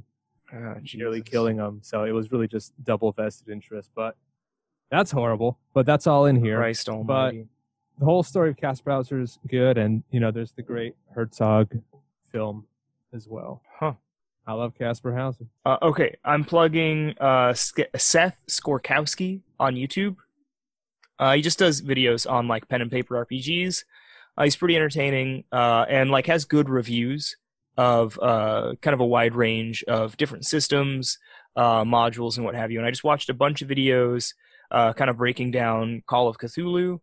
Speaker 2: Oh,
Speaker 4: nearly
Speaker 2: Jesus.
Speaker 4: killing him. So it was really just double vested interest. But that's horrible. But that's all in here.
Speaker 2: Christ almighty.
Speaker 4: The whole story of Cass Browser is good, and you know, there's the great Herzog film as well.
Speaker 2: Huh.
Speaker 4: I love Casper Hauser.
Speaker 2: Uh, okay, I'm plugging uh, Sk- Seth Skorkowski on YouTube. Uh, he just does videos on like pen and paper RPGs. Uh, he's pretty entertaining uh, and like has good reviews of uh, kind of a wide range of different systems, uh, modules, and what have you. And I just watched a bunch of videos uh, kind of breaking down Call of Cthulhu,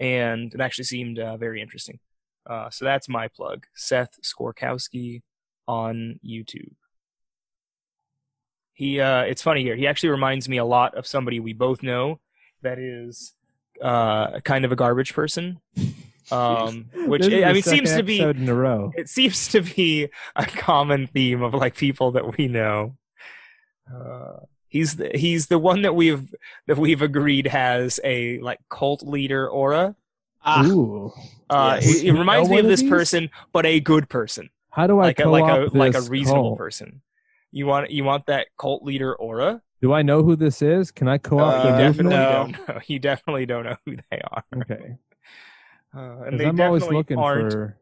Speaker 2: and it actually seemed uh, very interesting. Uh, so that's my plug, Seth Skorkowski on YouTube. He uh it's funny here. He actually reminds me a lot of somebody we both know that is uh kind of a garbage person. Um which
Speaker 4: This is
Speaker 2: I
Speaker 4: the
Speaker 2: mean seems
Speaker 4: second
Speaker 2: to be
Speaker 4: episode in a row.
Speaker 2: it seems to be a common theme of like people that we know. Uh, he's the, he's the one that we've that we've agreed has a like cult leader aura.
Speaker 3: Ah,
Speaker 4: Ooh.
Speaker 2: Uh,
Speaker 3: Yes.
Speaker 2: it, it reminds
Speaker 4: Know
Speaker 2: me of
Speaker 4: one of
Speaker 2: this
Speaker 4: these?
Speaker 2: person, but a good person,
Speaker 4: How do I
Speaker 2: like a, like a
Speaker 4: co-opt
Speaker 2: like a
Speaker 4: this
Speaker 2: reasonable
Speaker 4: cult?
Speaker 2: person. You want you want that cult leader aura?
Speaker 4: Do I know who this is? Can I co-opt
Speaker 3: Uh,
Speaker 4: the
Speaker 2: you definitely
Speaker 4: movement?
Speaker 3: no.
Speaker 2: don't know. You definitely don't know who they are.
Speaker 4: Okay.
Speaker 2: Uh, and
Speaker 4: Because
Speaker 2: they
Speaker 4: I'm
Speaker 2: definitely
Speaker 4: always looking
Speaker 2: aren't.
Speaker 4: for.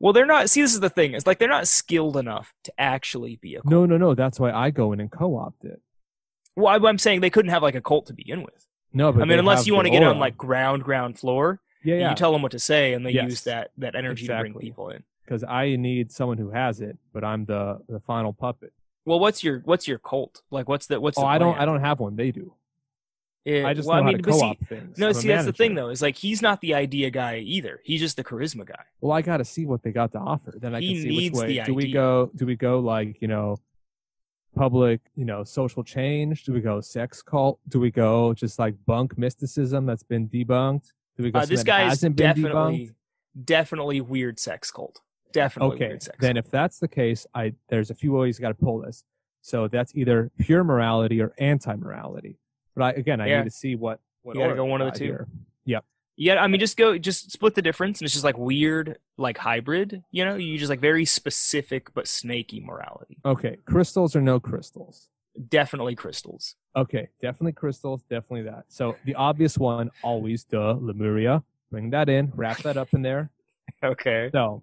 Speaker 2: Well, they're not. See, this is the thing. It's like they're not skilled enough to actually be a cult.
Speaker 4: No, no, no. That's why I go in and co-opt it.
Speaker 2: Well, I- I'm saying they couldn't have like a cult to begin with.
Speaker 4: No, but
Speaker 2: I mean,
Speaker 4: they
Speaker 2: unless
Speaker 4: have
Speaker 2: you
Speaker 4: the
Speaker 2: want to get on
Speaker 4: aura.
Speaker 2: like ground, ground floor,
Speaker 4: yeah, yeah.
Speaker 2: you tell them what to say, and they
Speaker 4: Yes.
Speaker 2: use that that energy to bring
Speaker 4: Exactly.
Speaker 2: people in.
Speaker 4: Because I need someone who has it, but I'm the the final puppet.
Speaker 2: Well, what's your what's your cult like? What's the what's
Speaker 4: Oh,
Speaker 2: the
Speaker 4: I don't,
Speaker 2: plan?
Speaker 4: I don't have one. They do.
Speaker 2: It-
Speaker 4: I just
Speaker 2: well,
Speaker 4: know
Speaker 2: I
Speaker 4: how
Speaker 2: mean,
Speaker 4: to
Speaker 2: but see-
Speaker 4: co-opt things.
Speaker 2: No,
Speaker 4: I'm a
Speaker 2: see, that's the thing
Speaker 4: manager.
Speaker 2: though. Is like he's not the idea guy either. He's just the charisma guy.
Speaker 4: Well, I got to see what they got to offer. Then I
Speaker 2: He
Speaker 4: can see
Speaker 2: needs
Speaker 4: which way.
Speaker 2: the
Speaker 4: do we
Speaker 2: idea.
Speaker 4: go? Do we go like you know, public, you know, social change? Do we go sex cult? Do we go just like bunk mysticism that's been debunked? Do we go?
Speaker 2: Uh, this
Speaker 4: something that
Speaker 2: guy is
Speaker 4: hasn't been debunked?
Speaker 2: definitely, definitely weird sex cult. Definitely
Speaker 4: okay
Speaker 2: weird sex.
Speaker 4: then
Speaker 2: cult.
Speaker 4: if that's the case i there's a few ways you got to pull this so that's either pure morality or anti-morality but i again i
Speaker 2: Yeah.
Speaker 4: need to see what what
Speaker 2: You gotta
Speaker 4: order
Speaker 2: go
Speaker 4: we
Speaker 2: one of the
Speaker 4: got
Speaker 2: two.
Speaker 4: here.
Speaker 2: Yeah, I mean, just go, just split the difference, and it's just like weird, like hybrid. You know, you just like very specific but snaky morality.
Speaker 4: okay crystals or no crystals
Speaker 2: Definitely crystals.
Speaker 4: okay definitely crystals definitely that so the obvious one always duh lemuria bring that in wrap that up in there
Speaker 2: Okay.
Speaker 4: so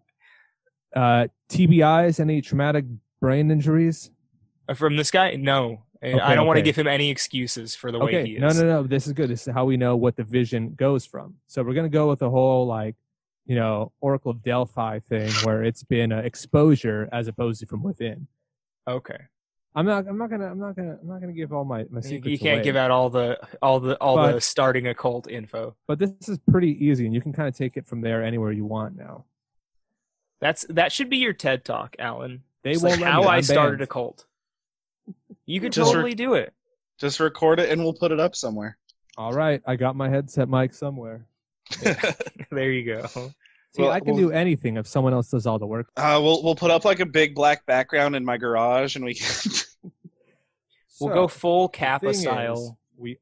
Speaker 4: uh tbis any traumatic brain injuries
Speaker 2: Uh, From this guy, no, I- I
Speaker 4: Okay,
Speaker 2: don't want to
Speaker 4: okay.
Speaker 2: give him any excuse for the way he
Speaker 4: okay
Speaker 2: is.
Speaker 4: no no no this is good this is how we know what the vision goes from so we're going to go with the whole like you know oracle of delphi thing where it's been uh, exposure as opposed to from within
Speaker 2: Okay.
Speaker 4: i'm not i'm not gonna i'm not gonna i'm not gonna give all my my
Speaker 2: You,
Speaker 4: secrets
Speaker 2: you can't
Speaker 4: away,
Speaker 2: give out all the all the all the
Speaker 4: But-
Speaker 2: starting a cult info.
Speaker 4: but this is pretty easy and you can kind of take it from there anywhere you want now
Speaker 2: That's that should be your TED talk, Alan.
Speaker 4: they
Speaker 2: It's
Speaker 4: won't
Speaker 2: like
Speaker 4: let
Speaker 2: how
Speaker 4: me.
Speaker 2: I
Speaker 4: I'm
Speaker 2: started
Speaker 4: banned.
Speaker 2: a cult. You could
Speaker 3: Just re-
Speaker 2: totally do it.
Speaker 3: just record it and we'll put it up somewhere.
Speaker 4: all right i got my headset mic somewhere
Speaker 2: there you go.
Speaker 4: see
Speaker 3: Well,
Speaker 4: i can
Speaker 3: well-
Speaker 4: do anything if someone else does all the work
Speaker 3: Uh, we'll we'll put up like a big black background in my garage, and we can.
Speaker 2: We'll
Speaker 4: So,
Speaker 2: go full
Speaker 4: the thing
Speaker 2: Kappa
Speaker 4: is,
Speaker 2: style.
Speaker 4: we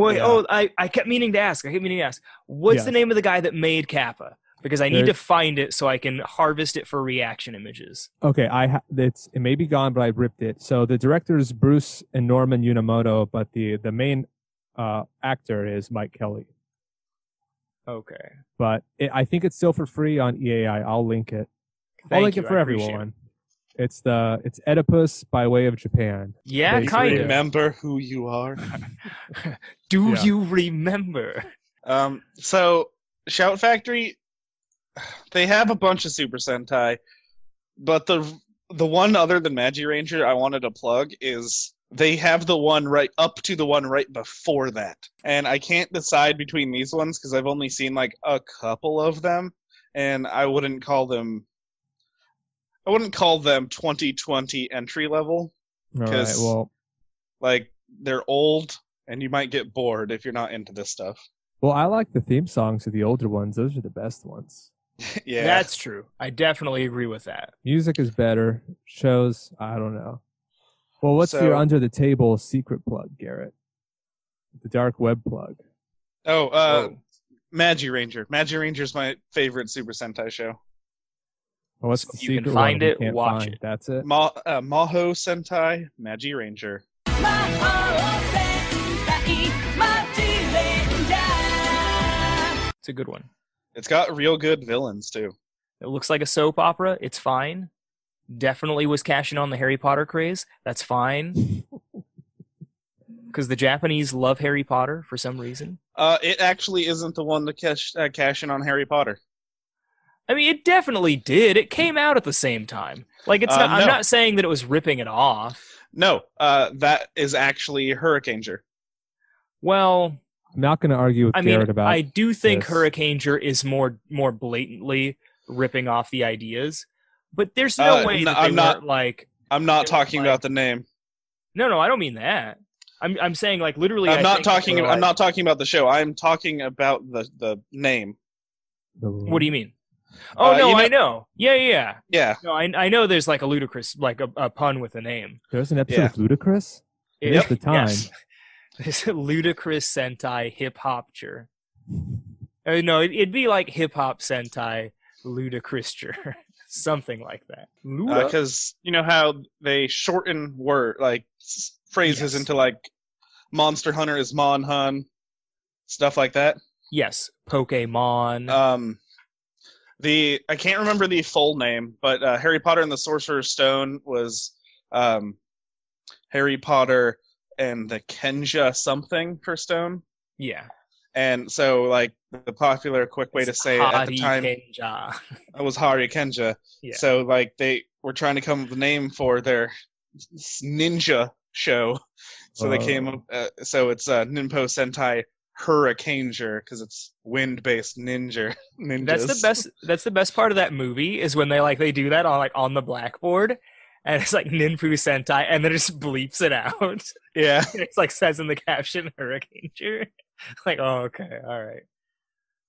Speaker 2: Wait,
Speaker 4: Yeah.
Speaker 2: oh, I, I kept meaning to ask. I kept meaning to ask. What's the
Speaker 4: Yes.
Speaker 2: name of the guy that made Kappa? Because I need to
Speaker 4: There-
Speaker 2: find it so I can harvest it for reaction images.
Speaker 4: Okay, I ha- it's it may be gone, but I ripped it. So the directors Bruce and Norman Unimoto, but the the main uh, actor is Mike Kelly.
Speaker 2: Okay.
Speaker 4: But it, I think it's still for free on EAI. I'll link it. I'll
Speaker 2: Thank
Speaker 4: link
Speaker 2: you,
Speaker 4: it for
Speaker 2: I appreciate
Speaker 4: everyone. It's the it's Oedipus by way of Japan.
Speaker 2: Oh, Yeah,
Speaker 4: Basically,
Speaker 2: kind of.
Speaker 3: Remember who you are.
Speaker 2: Do
Speaker 4: Yeah.
Speaker 2: you remember?
Speaker 3: Um, so Shout Factory, they have a bunch of Super Sentai, but the the one other than Magi Ranger I wanted to plug is they have the one right up to the one right before that, and I can't decide between these ones because I've only seen like a couple of them, and I wouldn't call them. I wouldn't call them 2020 entry level.
Speaker 4: All right.
Speaker 3: 'Cause-
Speaker 4: Well,
Speaker 3: Like they're old, and you might get bored if you're not into this stuff.
Speaker 4: well, I like the theme songs of the older ones. Those are the best ones.
Speaker 3: yeah,
Speaker 2: That's true. I definitely agree with that.
Speaker 4: Music is better. Shows, I don't know. Well, what's
Speaker 3: So-
Speaker 4: your under the table secret plug, Garrett? The dark web plug.
Speaker 3: Oh, uh,
Speaker 2: Whoa.
Speaker 3: Magi Ranger. Magi Ranger's my favorite Super Sentai show.
Speaker 4: Well, what's
Speaker 2: So
Speaker 4: the
Speaker 2: you can
Speaker 4: secret
Speaker 2: find
Speaker 4: one we
Speaker 2: it,
Speaker 4: can't
Speaker 2: watch
Speaker 4: find?
Speaker 2: it.
Speaker 4: That's it.
Speaker 3: Ma- uh, Maho Sentai, Magi Ranger.
Speaker 6: 魔法戦隊マジレンジャー
Speaker 2: It's a good one.
Speaker 3: It's got real good villains too.
Speaker 2: It looks like a soap opera. It's fine. Definitely was cashing on the Harry Potter craze. That's fine. Because the Japanese love Harry Potter for some reason.
Speaker 3: Uh, it actually isn't the one to cash uh, cash in on Harry Potter.
Speaker 2: I mean, it definitely did. It came out at the same time. Like, it's
Speaker 3: Uh,
Speaker 2: not, I'm
Speaker 3: no.
Speaker 2: not saying that it was ripping it off.
Speaker 3: No, uh, that is actually Hurricaneer.
Speaker 2: Well,
Speaker 4: I'm not going to argue with
Speaker 2: I
Speaker 4: Garrett
Speaker 2: mean,
Speaker 4: about
Speaker 2: I do think
Speaker 4: this.
Speaker 2: Hurricaneer is more more blatantly ripping off the ideas, but there's no
Speaker 3: Uh,
Speaker 2: way
Speaker 3: no,
Speaker 2: that they
Speaker 3: I'm not-
Speaker 2: weren't like.
Speaker 3: I'm not
Speaker 2: It was
Speaker 3: talking
Speaker 2: like-
Speaker 3: about the name.
Speaker 2: No, no, I don't mean that. I'm I'm saying like literally. I
Speaker 3: I'm not
Speaker 2: think that
Speaker 3: talking.
Speaker 2: they're
Speaker 3: I'm
Speaker 2: like-
Speaker 3: not talking about the show. I'm talking about the the name.
Speaker 2: What do you mean? Oh
Speaker 3: Mm. Uh,
Speaker 2: no,
Speaker 3: you know-
Speaker 2: I know. Yeah, yeah, yeah.
Speaker 3: Yeah,
Speaker 2: No, I I know. There's like a ludicrous, like a, a pun with a name.
Speaker 4: There's an episode
Speaker 3: Yeah.
Speaker 4: of Ludacris. It is
Speaker 2: It-
Speaker 4: the time.
Speaker 2: yes. There's a ludicrous Sentai hip hopture. Uh, no, it, it'd be like hip hop Sentai ludicrousture, something like that.
Speaker 3: Uh,
Speaker 2: Luda?
Speaker 3: because you know how they shorten word like s- phrases
Speaker 2: Yes.
Speaker 3: into like Monster Hunter is Mon Hun, stuff like that.
Speaker 2: yes, Pokemon.
Speaker 3: Um, the I can't remember the full name, but uh, Harry Potter and the Sorcerer's Stone was um, Harry Potter and the Kenja something for stone.
Speaker 2: yeah,
Speaker 3: And so, like the popular quick way to
Speaker 2: It's
Speaker 3: say it at the time,
Speaker 2: Harikenja.
Speaker 3: it was Hari Kenja.
Speaker 2: Yeah.
Speaker 3: So like they were trying to come up with a name for their s- ninja show. So
Speaker 2: Oh.
Speaker 3: they came up. Uh, so it's uh, Ninpo Sentai Hurricaneer because it's wind-based ninja ninjas.
Speaker 2: That's the best. That's the best part of that movie is when they like they do that on like on the blackboard, and it's like Ninfu Sentai, and then it just bleeps it out.
Speaker 3: Yeah.
Speaker 2: it's like says in the caption hurricane cheer like oh okay all right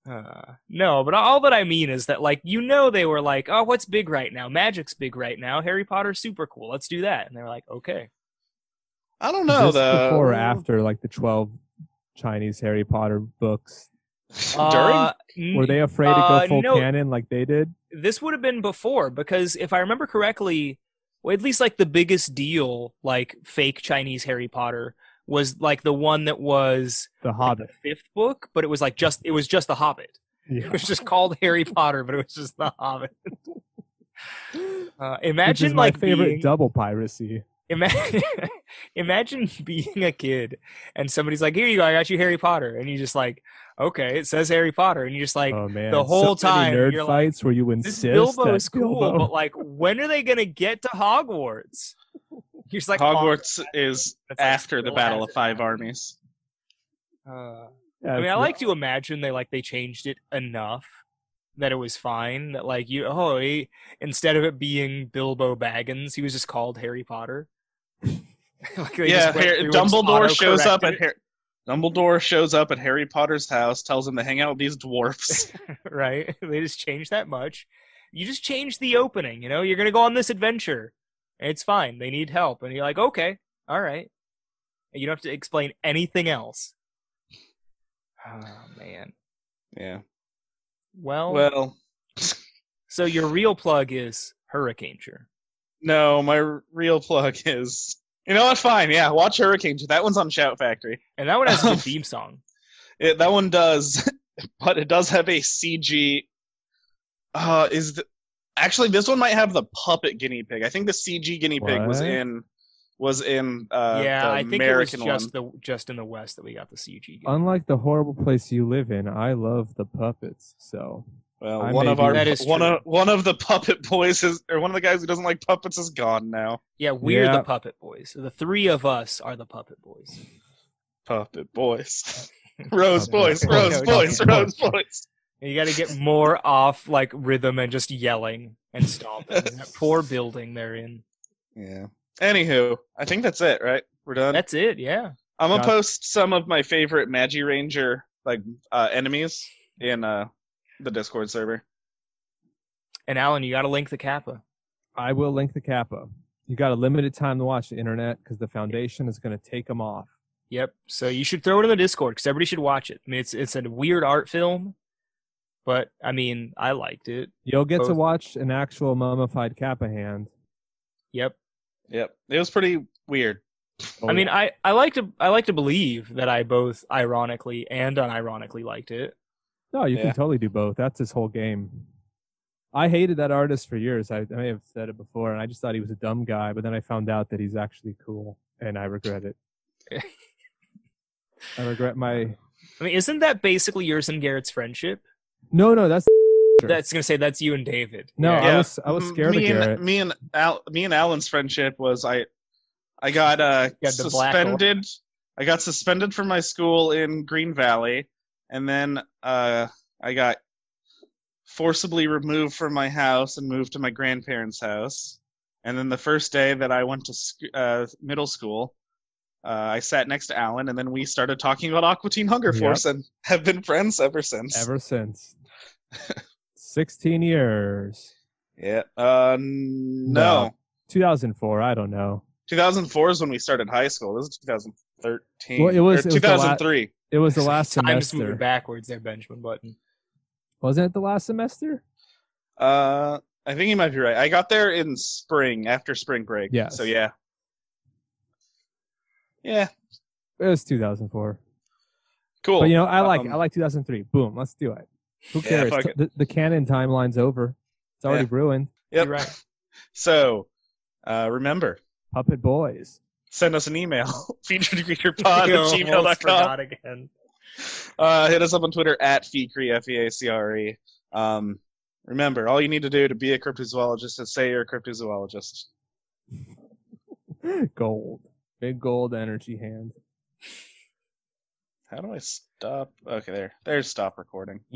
Speaker 2: uh, no but all that i mean is that like you know they were like oh what's big right now magic's big right now harry potter's super cool let's do that and they were like okay
Speaker 3: I don't
Speaker 4: Is
Speaker 3: know
Speaker 4: this
Speaker 3: the
Speaker 4: before or after like the 12 Chinese Harry Potter books?
Speaker 3: during.
Speaker 2: Uh, n-
Speaker 4: Were they afraid to
Speaker 2: uh,
Speaker 4: go full
Speaker 2: no.
Speaker 4: canon like they did?
Speaker 2: this would have been before because if i remember correctly well, at least like the biggest deal like fake chinese harry potter was like the one that was
Speaker 4: The
Speaker 2: the
Speaker 4: Hobbit.
Speaker 2: fifth book but it was like just it was just the hobbit It was just called Harry Potter, but it was just The Hobbit. Uh,
Speaker 4: Which is
Speaker 2: imagine
Speaker 4: my
Speaker 2: like
Speaker 4: favorite
Speaker 2: being,
Speaker 4: double piracy.
Speaker 2: imagine, imagine being a kid and somebody's like, "Here you go, I got you Harry Potter," and you just like, "Okay, it says Harry Potter," and you just like,
Speaker 4: oh man,
Speaker 2: the whole
Speaker 4: so many
Speaker 2: time
Speaker 4: nerd
Speaker 2: you're like,
Speaker 4: fights where you
Speaker 2: "This
Speaker 4: insist
Speaker 2: Bilbo
Speaker 4: that
Speaker 2: is cool,"
Speaker 4: Bilbo-
Speaker 2: but like, when are they gonna get to Hogwarts? You're just like "Oh,
Speaker 3: Hogwarts is
Speaker 2: that's, like,
Speaker 3: after the
Speaker 2: still
Speaker 3: Battle
Speaker 2: as
Speaker 3: of Five Armies.
Speaker 2: it- uh,
Speaker 4: Yeah,
Speaker 2: I mean, I
Speaker 4: it's-
Speaker 2: like to imagine they like they changed it enough that it was fine. That like you, oh, he, instead of it being Bilbo Baggins, he was just called Harry Potter. Like, they
Speaker 3: yeah,
Speaker 2: just went
Speaker 3: Har-
Speaker 2: through and just
Speaker 3: Dumbledore shows up at
Speaker 2: auto-corrected
Speaker 3: Har- Dumbledore shows up at Harry Potter's house, tells him to hang out with these dwarfs.
Speaker 2: it, right. They just changed that much. You just change the opening. You know, you're gonna go on this adventure. And it's fine. They need help, and you're like, okay, all right. And you don't have to explain anything else. Oh man.
Speaker 3: yeah. Well,
Speaker 2: So your real plug is Hurricane Cheer.
Speaker 3: No, my r- real plug is. You know what? Fine. Yeah, watch Hurricane. That one's on Shout Factory.
Speaker 2: And that one has a
Speaker 3: Um,
Speaker 2: good theme song.
Speaker 3: It, that one does, but it does have a CG. Uh, is the, actually this one might have the puppet guinea pig. I think the CG guinea pig was
Speaker 4: What?
Speaker 3: in was in uh,
Speaker 2: yeah,
Speaker 3: the
Speaker 2: I think
Speaker 3: American
Speaker 2: it was just
Speaker 3: one.
Speaker 2: the just in the West that we got the CG. game.
Speaker 4: Unlike the horrible place you live in, I love the puppets. So
Speaker 3: Well,
Speaker 4: I
Speaker 3: one
Speaker 4: may
Speaker 3: of
Speaker 4: be-
Speaker 3: our
Speaker 2: That is
Speaker 3: one
Speaker 2: true.
Speaker 3: of one of the puppet boys is or one of the guys who doesn't like puppets is gone now.
Speaker 2: yeah, we're
Speaker 4: Yeah.
Speaker 2: the Puppet Boys. The three of us are the Puppet Boys.
Speaker 3: Puppet boys. Rose
Speaker 4: Puppet
Speaker 3: boys, Rose
Speaker 4: boys.
Speaker 2: No,
Speaker 3: boys,
Speaker 4: puppet
Speaker 3: Rose boys.
Speaker 2: You got to get more off like rhythm and just yelling and stomping. that poor building they're in.
Speaker 7: Yeah.
Speaker 3: Anywho, I think that's it, right? We're done.
Speaker 2: That's it. Yeah.
Speaker 3: I'm gonna
Speaker 4: Got it.
Speaker 3: post some of my favorite Magi Ranger like uh, enemies in uh, the Discord server.
Speaker 2: And Alan, you got to link the Kappa.
Speaker 4: I will link the Kappa. You got a limited time to watch the internet because the foundation is going to take them off.
Speaker 2: Yep. So you should throw it in the Discord because everybody should watch it. I mean, it's it's a weird art film, but I mean, I liked it.
Speaker 4: You'll get to
Speaker 2: Both.
Speaker 4: watch an actual mummified Kappa hand.
Speaker 2: Yep.
Speaker 3: Yep, it was pretty weird.
Speaker 4: Oh.
Speaker 2: I mean, I, I like to I like to believe that I both ironically and unironically liked it.
Speaker 4: No, you
Speaker 3: Yeah.
Speaker 4: can totally do both. That's his whole game. I hated that artist for years. I, I may have said it before, and I just thought he was a dumb guy. But then I found out that he's actually cool, and I regret it. I regret my.
Speaker 2: I mean, isn't that basically yours and Garrett's friendship?
Speaker 4: No, no, that's Sure.
Speaker 2: That's gonna say that's you and David.
Speaker 4: no.
Speaker 2: Yeah.
Speaker 4: I
Speaker 3: Yeah.
Speaker 4: was I was
Speaker 3: M-
Speaker 4: scared of
Speaker 3: me
Speaker 4: Garrett.
Speaker 3: and me and Al, me and Alan's friendship was I, I got uh
Speaker 2: You had the black orb.
Speaker 3: suspended. I got suspended from my school in Green Valley, and then uh I got forcibly removed from my house and moved to my grandparents' house. And then the first day that I went to sc- uh, middle school, uh, I sat next to Alan, and then we started talking about Aqua Teen Hunger
Speaker 4: Yep.
Speaker 3: Force, and have been friends ever since.
Speaker 4: Ever since, sixteen years,
Speaker 3: Yeah. Uh, n- no.
Speaker 4: two thousand four. I don't know.
Speaker 3: 2004 is when we started high school. This is 2013.
Speaker 4: Well, it was-
Speaker 3: Or
Speaker 4: it was the la-
Speaker 3: 2003.
Speaker 4: It was the last
Speaker 2: Times moving
Speaker 4: semester.
Speaker 2: backwards there, Benjamin Button.
Speaker 4: Wasn't it the last semester?
Speaker 3: uh, I think you might be right. I got there in spring after spring break.
Speaker 4: Yes.
Speaker 3: So yeah. Yeah.
Speaker 4: It was two thousand four.
Speaker 3: Cool.
Speaker 4: But you know, I like
Speaker 3: Um,
Speaker 4: I like 2003. Boom, let's do it. Who
Speaker 3: Yeah,
Speaker 4: cares?
Speaker 3: fuck it.
Speaker 4: the, the canon timeline's over. It's already
Speaker 3: Yeah.
Speaker 4: ruined.
Speaker 3: Yep.
Speaker 2: You're right.
Speaker 3: So uh, remember,
Speaker 4: Puppet boys.
Speaker 3: send us an email featuredcreaturepod
Speaker 2: You
Speaker 3: at
Speaker 2: almost
Speaker 3: gmail.com.
Speaker 2: forgot again.
Speaker 3: Uh, hit us up on Twitter at feacre, F E A C R E. Um, remember, all you need to do to be a cryptozoologist is say you're a cryptozoologist.
Speaker 4: gold. Big gold energy hand.
Speaker 3: How do I stop? Okay, there. There's stop recording.